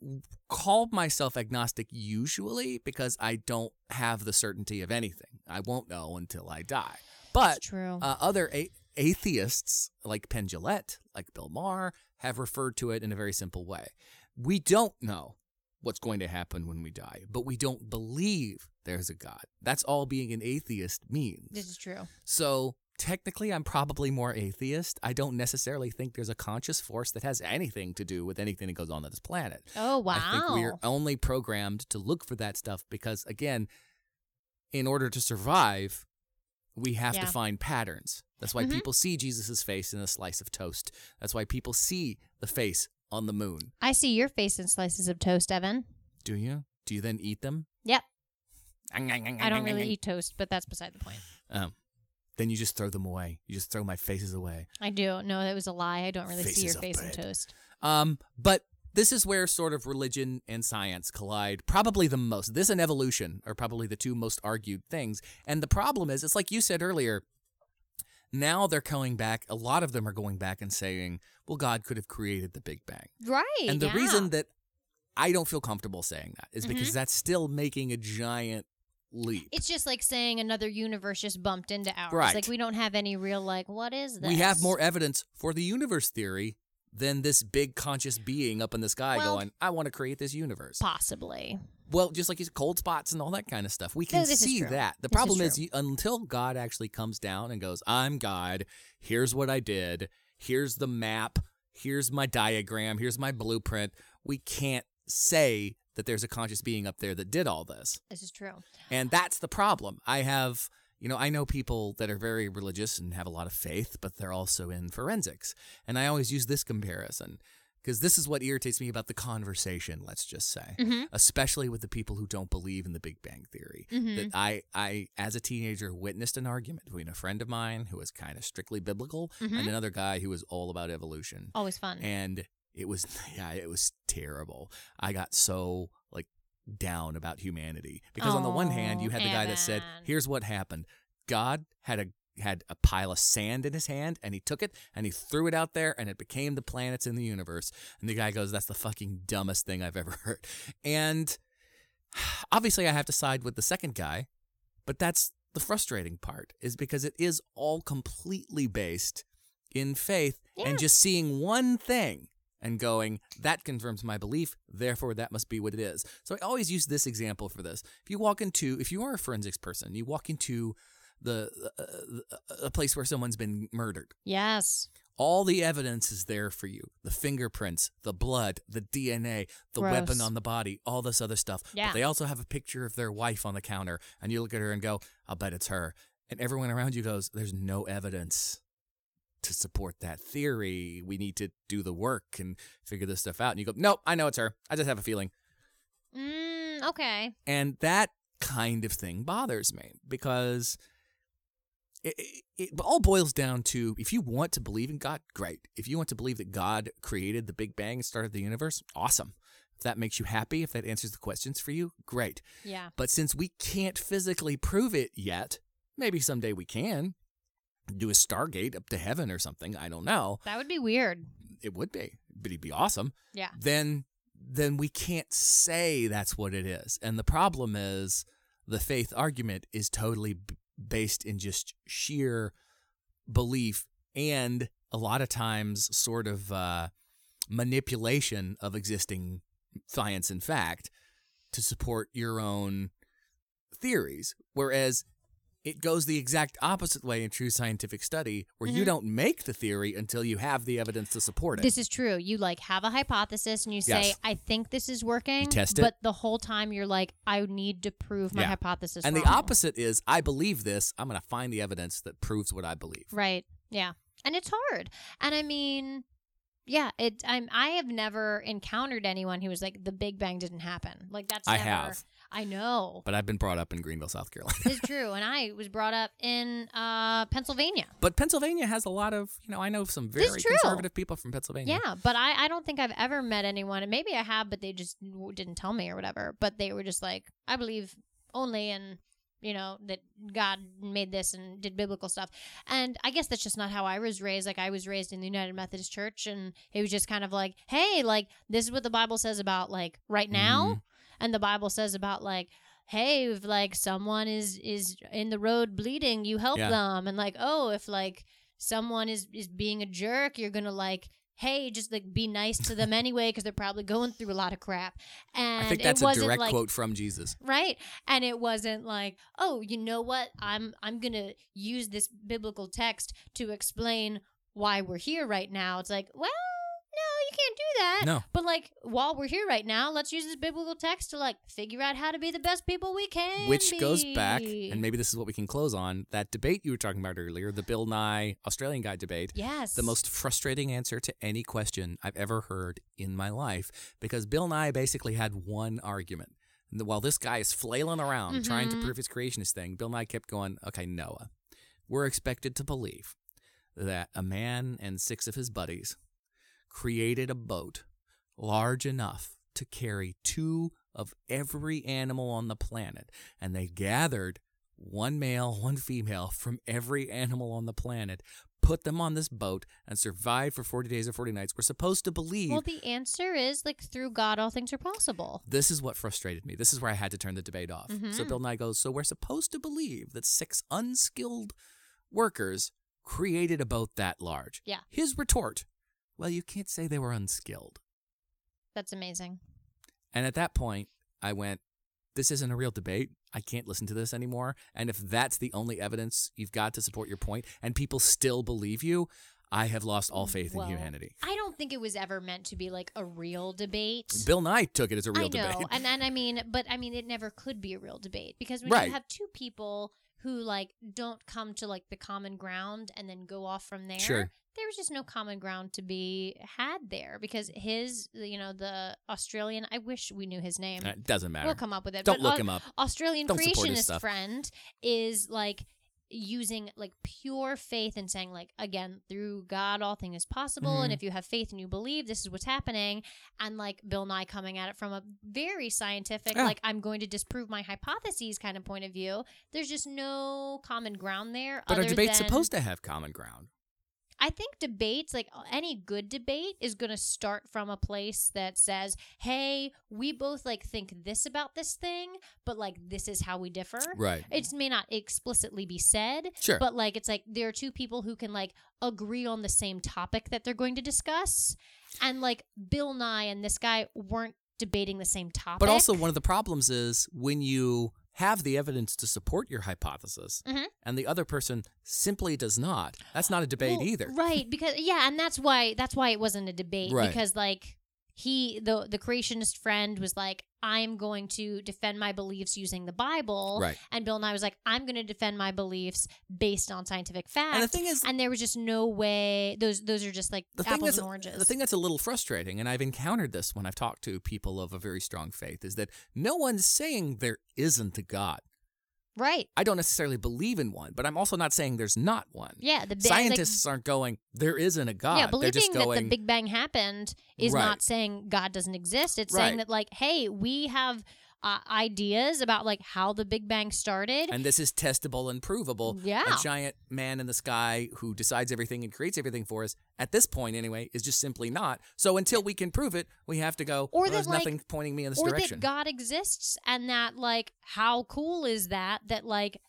S2: call myself agnostic usually because I don't have the certainty of anything. I won't know until I die. But
S3: It's true.
S2: uh, other a- atheists like Penn Jillette, like Bill Maher, have referred to it in a very simple way. We don't know what's going to happen when we die, but we don't believe there's a God. That's all being an atheist means.
S3: this is true.
S2: So technically, I'm probably more atheist. I don't necessarily think there's a conscious force that has anything to do with anything that goes on on this planet.
S3: Oh wow.
S2: I think we're only programmed to look for that stuff because, again, in order to survive, we have to
S3: Yeah.
S2: find patterns. That's why
S3: Mhm.
S2: people see Jesus' face in a slice of toast. That's why people see the face on the moon.
S3: I see your face in slices of toast, Evan.
S2: Do you? Do you then eat them?
S3: Yep. I don't really eat toast, but that's beside the point.
S2: Um, then you just throw them away. You just throw my faces away.
S3: I do. No, that was a lie. I don't really see
S2: Faces
S3: your
S2: of
S3: face in
S2: bread.
S3: toast.
S2: Um, but this is where sort of religion and science collide probably the most. This and evolution are probably the two most argued things. And the problem is, it's like you said earlier, now they're going back, a lot of them are going back and saying, well, God could have created the Big Bang.
S3: Right.
S2: And the
S3: yeah.
S2: reason that I don't feel comfortable saying that is because
S3: Mhm.
S2: that's still making a giant leap.
S3: It's just like saying another universe just bumped into ours.
S2: Right.
S3: Like we don't have any real like what is this?
S2: we have more evidence for the universe theory than this big conscious being up in the sky
S3: Well-
S2: going, I want to create this universe.
S3: possibly.
S2: Well, just like you said, cold spots and all that kind of stuff. We can
S3: this is
S2: see
S3: true.
S2: that. The
S3: This is
S2: problem is,
S3: true.
S2: you, until God actually comes down and goes, I'm God, here's what I did, here's the map, here's my diagram, here's my blueprint, we can't say that there's a conscious being up there that did all this.
S3: This is true.
S2: And that's the problem. I have, you know, I know people that are very religious and have a lot of faith, but they're also in forensics. And I always use this comparison because this is what irritates me about the conversation, let's just say, especially with the people who don't believe in the Big Bang Theory. That I, I, as a teenager, witnessed an argument between a friend of mine who was kind of strictly biblical and another guy who was all about evolution
S3: Always fun.
S2: and it was yeah it was terrible i got so like down about humanity because on the one hand
S3: Oh,
S2: you had the guy that said
S3: Evan.
S2: here's what happened god had a had a pile of sand in his hand and he took it and he threw it out there and it became the planets in the universe and the guy goes that's the fucking dumbest thing i've ever heard and obviously i have to side with the second guy but that's the frustrating part is because it is all completely based in faith
S3: Yeah.
S2: and just seeing one thing and going, that confirms my belief, therefore that must be what it is. So I always use this example for this. If you walk into, if you are a forensics person, you walk into the uh, a place where someone's been murdered.
S3: yes.
S2: All the evidence is there for you. The fingerprints, the blood, the DNA, the
S3: Gross.
S2: weapon on the body, all this other stuff.
S3: Yeah.
S2: But they also have a picture of their wife on the counter, and you look at her and go, I'll bet it's her. And everyone around you goes, There's no evidence to support that theory. We need to do the work and figure this stuff out. And you go, Nope, I know it's her. I just have a feeling.
S3: Mm, okay.
S2: And that kind of thing bothers me because it, it, it all boils down to if you want to believe in God, great. If you want to believe that God created the Big Bang and started the universe, awesome. If that makes you happy, if that answers the questions for you, great.
S3: Yeah.
S2: But since we can't physically prove it yet, maybe someday we can do a Stargate up to heaven or something. I don't know.
S3: That would be weird.
S2: It would be, but it'd be awesome
S3: Yeah.
S2: then then we can't say that's what it is. And the problem is the faith argument is totally b- based in just sheer belief and a lot of times sort of uh, manipulation of existing science and fact to support your own theories. Whereas it goes the exact opposite way in true scientific study, where you
S3: Mhm.
S2: don't make the theory until you have the evidence to support it.
S3: This is true. You like have a hypothesis and you say,
S2: Yes.
S3: I think this is working.
S2: test it.
S3: But the whole time you're like, I need to prove my
S2: Yeah.
S3: hypothesis.
S2: and the
S3: wrong."
S2: opposite is I believe this. I'm going to find the evidence that proves what I believe.
S3: Right. Yeah. And it's hard. And I mean, yeah, it I'm I have never encountered anyone who was like the Big Bang didn't happen. Like that's
S2: I
S3: never-
S2: have.
S3: I know.
S2: But I've been brought up in Greenville, South Carolina.
S3: it's true. And I was brought up in uh Pennsylvania.
S2: But Pennsylvania has a lot of, you know, I know some
S3: This is
S2: very
S3: true.
S2: conservative people from Pennsylvania.
S3: Yeah, but I, I don't think I've ever met anyone, and maybe I have, but they just w- didn't tell me or whatever. But they were just like, I believe only in, you know, that God made this and did biblical stuff. And I guess that's just not how I was raised. Like, I was raised in the United Methodist Church, and it was just kind of like, hey, like, this is what the Bible says about, like, right now.
S2: Mm-hmm.
S3: And the Bible says about, like, hey if like someone is is in the road bleeding you help
S2: Yeah.
S3: them and like oh if like someone is is being a jerk you're gonna like hey just like be nice to them anyway because they're probably going through a lot of crap and
S2: I think that's
S3: it
S2: a
S3: wasn't
S2: direct
S3: like
S2: quote from Jesus.
S3: right and it wasn't like oh you know what i'm i'm gonna use this biblical text to explain why we're here right now it's like well no you can't do that
S2: No.
S3: but like while we're here right now let's use this biblical text to like figure out how to be the best people we can
S2: Which goes back,
S3: be.
S2: and maybe this is what we can close on that debate you were talking about earlier, the Bill Nye Australian guy debate.
S3: yes
S2: The most frustrating answer to any question I've ever heard in my life because Bill Nye basically had one argument. And While this guy is flailing around trying to
S3: Mhm.
S2: prove his creationist thing, Bill Nye kept going, okay, Noah, we're expected to believe that a man and six of his buddies created a boat large enough to carry two of every animal on the planet. And they gathered one male, one female from every animal on the planet, put them on this boat and survived for 40 days or 40 nights were supposed to believe
S3: Well, the answer is like through God, all things are possible.
S2: this is what frustrated me. This is where I had to turn the debate off. So
S3: Mm-hmm.
S2: Bill Nye goes, So we're supposed to believe that six unskilled workers created a boat that large.
S3: Yeah.
S2: His retort, Well, you can't say they were unskilled.
S3: That's amazing.
S2: And at that point, I went, This isn't a real debate. I can't listen to this anymore. And if that's the only evidence you've got to support your point and people still believe you, I have lost all faith
S3: Well,
S2: in humanity.
S3: I don't think it was ever meant to be like a real debate.
S2: Bill Nye took it as a real
S3: I know,
S2: debate.
S3: and and I mean, but I mean, it never could be a real debate because when
S2: Right.
S3: you have two people who like don't come to like the common ground and then go off from there,
S2: Sure.
S3: there was just no common ground to be had there because his, you know, the Australian. I wish we knew his name.
S2: Uh, It doesn't matter.
S3: We'll come up with it.
S2: Don't
S3: but
S2: look
S3: Au-
S2: him up.
S3: Australian
S2: Don't support his
S3: creationist
S2: stuff.
S3: friend is like using like pure faith and saying like again through God all thing is possible and
S2: Mhm.
S3: if you have faith and you believe this is what's happening and like Bill Nye coming at it from a very scientific
S2: Yeah.
S3: like I'm going to disprove my hypotheses kind of point of view there's just no common ground there
S2: But our
S3: other
S2: debate's
S3: than-
S2: supposed to have common ground.
S3: I think debates, like any good debate, is going to start from a place that says, "Hey, we both like think this about this thing, but like this is how we differ."
S2: Right.
S3: It may not explicitly be said,
S2: Sure.
S3: but like it's like there are two people who can like agree on the same topic that they're going to discuss, and like Bill Nye and this guy weren't debating the same topic.
S2: But also, one of the problems is when you have the evidence to support your hypothesis
S3: Mhm.
S2: and the other person simply does not, that's not a debate
S3: Well,
S2: either.
S3: Right, because yeah, and that's why that's why it wasn't a debate
S2: Right.
S3: because like he the the creationist friend was like I'm going to defend my beliefs using the Bible
S2: Right.
S3: and Bill Nye was like I'm going to defend my beliefs based on scientific fact.
S2: And the thing is,
S3: and there was just no way those those are just like
S2: the thing,
S3: apples
S2: that's,
S3: and oranges.
S2: the thing that's a little frustrating, and I've encountered this when I've talked to people of a very strong faith, is that no one's saying there isn't a God.
S3: right.
S2: I don't necessarily believe in one, but I'm also not saying there's not one.
S3: Yeah, the big
S2: Scientists aren't going, there isn't a God.
S3: Yeah,
S2: They're
S3: believing
S2: just
S3: that
S2: going,
S3: the Big Bang happened is
S2: Right.
S3: not saying God doesn't exist. It's saying
S2: Right.
S3: that like, hey, we have uh, ideas about like how the Big Bang started,
S2: And this is testable and provable.
S3: Yeah.
S2: A giant man in the sky who decides everything and creates everything for us, at this point anyway, is just simply not. So until we can prove it, we have to go,
S3: Or
S2: "Well,
S3: that,
S2: there's
S3: like-
S2: nothing pointing me in this
S3: or
S2: direction.
S3: that God exists, and that like, how cool is that? That like.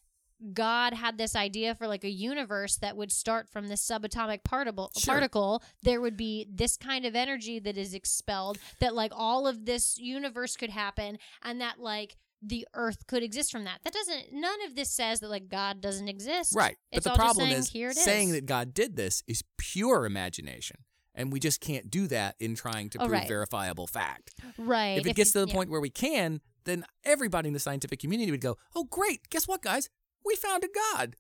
S3: God had this idea for like a universe that would start from this subatomic particle.
S2: Sure.
S3: Particle, there would be this kind of energy that is expelled. That like all of this universe could happen, and that like the Earth could exist from that. That doesn't. None of this says that like God doesn't exist.
S2: right.
S3: It's
S2: but
S3: all
S2: the problem
S3: just
S2: is,
S3: saying, here it is.
S2: saying that God did this is pure imagination. And we just can't do that in trying to
S3: Oh,
S2: prove
S3: right.
S2: verifiable fact.
S3: right.
S2: If it gets to
S3: you-
S2: the
S3: yeah.
S2: point where we can, then everybody in the scientific community would go, oh, great. Guess what, guys? We found a God.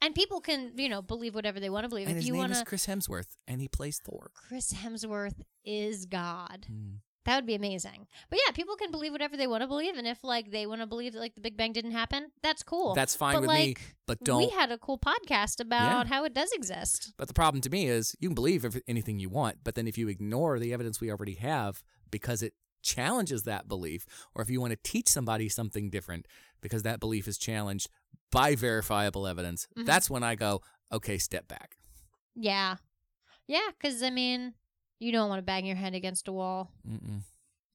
S3: and people can you know believe whatever they want to believe.
S2: And
S3: if
S2: his
S3: you
S2: name
S3: want
S2: is
S3: to,
S2: Chris Hemsworth, and he plays Thor.
S3: Chris Hemsworth is God.
S2: Hmm.
S3: That would be amazing. But yeah, people can believe whatever they want to believe, and if like they want to believe that like the Big Bang didn't happen, that's cool.
S2: That's fine
S3: But,
S2: with
S3: like,
S2: me, but
S3: We
S2: don't.
S3: had a cool podcast about how it does exist.
S2: but the problem to me is you can believe every- anything you want, but then if you ignore the evidence we already have because it challenges that belief, or if you want to teach somebody something different because that belief is challenged by verifiable evidence,
S3: Mhm.
S2: that's when I go, okay, step back.
S3: Yeah, yeah. Because I mean, you don't want to bang your head against a wall,
S2: Mm-mm.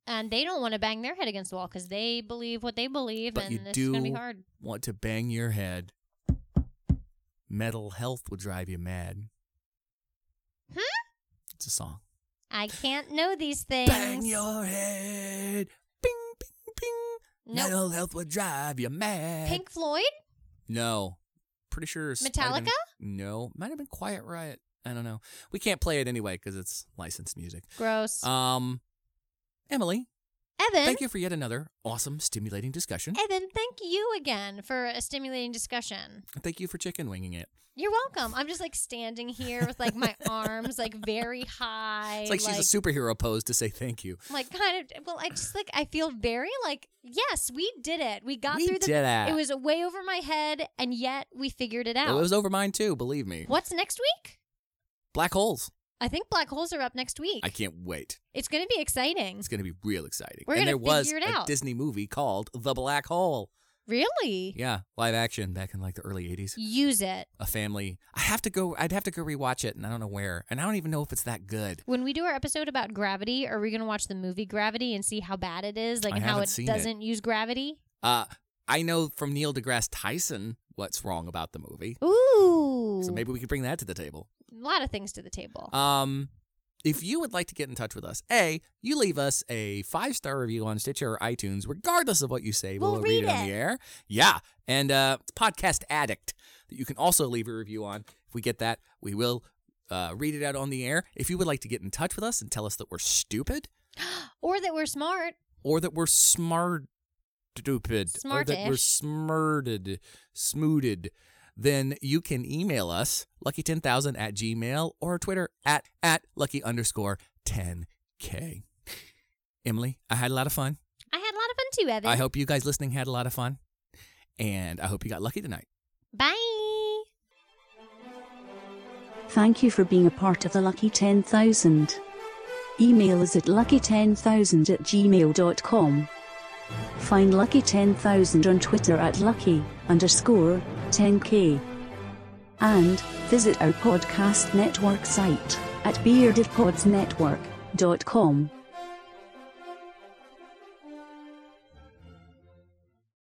S3: and they don't want to bang their head against the wall because they believe what they believe,
S2: But you
S3: and it's gonna be
S2: do-
S3: hard.
S2: Want to bang your head? Metal health will drive you mad.
S3: Hmm?
S2: It's a song.
S3: I can't know these things.
S2: Bang your head. Bing, bing, bing.
S3: no.
S2: Metal health will drive you mad.
S3: Pink Floyd,
S2: No. Pretty sure it's- might have been-
S3: Metallica?
S2: no, might have been Quiet Riot. I don't know. We can't play it anyway because it's licensed music.
S3: gross.
S2: Um, Emily,
S3: Evan,
S2: thank you for yet another awesome, stimulating discussion.
S3: Evan, thank you again for a stimulating discussion.
S2: And thank you for chicken winging it.
S3: You're welcome. I'm just like standing here with like my arms like very high.
S2: It's like she's a superhero pose to say thank you.
S3: like kind of well, I just like I feel very like yes, we did it. We got
S2: We
S3: through the
S2: did it.
S3: it was way over my head and yet we figured it
S2: It
S3: out.
S2: was over mine too, believe me.
S3: What's next week?
S2: Black holes.
S3: I think black holes are up next week.
S2: I can't wait.
S3: It's gonna be exciting.
S2: It's going to be real exciting.
S3: We're
S2: and
S3: gonna
S2: there was
S3: figure it
S2: a
S3: out.
S2: Disney movie called The Black Hole.
S3: Really?
S2: Yeah, live action back in like the early 80s.
S3: Use it.
S2: A family. I have to go I'd have to go rewatch it and I don't know where. And I don't even know if it's that good.
S3: When we do our episode about gravity, are we going to watch the movie Gravity and see how bad it is? Like,
S2: I
S3: and how
S2: haven't
S3: it
S2: seen it.
S3: doesn't use gravity?
S2: Uh I know from Neil deGrasse Tyson what's wrong about the movie.
S3: Ooh. Oh.
S2: So maybe we could bring that to the table.
S3: a lot of things to the table.
S2: Um, if you would like to get in touch with us, A, you leave us a five star review on Stitcher or iTunes, regardless of what you say.
S3: We'll read
S2: it on
S3: it.
S2: the air. Yeah. And uh, it's Podcast Addict that you can also leave a review on. If we get that, we will uh, read it out on the air. If you would like to get in touch with us and tell us that we're stupid
S3: or that we're smart.
S2: or that we're smart, stupid, or that we're
S3: Smartish.
S2: smirted, smooted, then you can email us lucky10000 at gmail or Twitter at at lucky underscore 10k. Emily, I had a lot of fun.
S3: I had a lot of fun too, Evan.
S2: I hope you guys listening had a lot of fun. And I hope you got lucky tonight.
S3: Bye.
S7: Thank you for being a part of the Lucky 10,000. Email us at lucky10000 at gmail.com. Find Lucky 10,000 on Twitter at lucky underscore 10k. And visit our podcast network site at beardedpodsnetwork.com.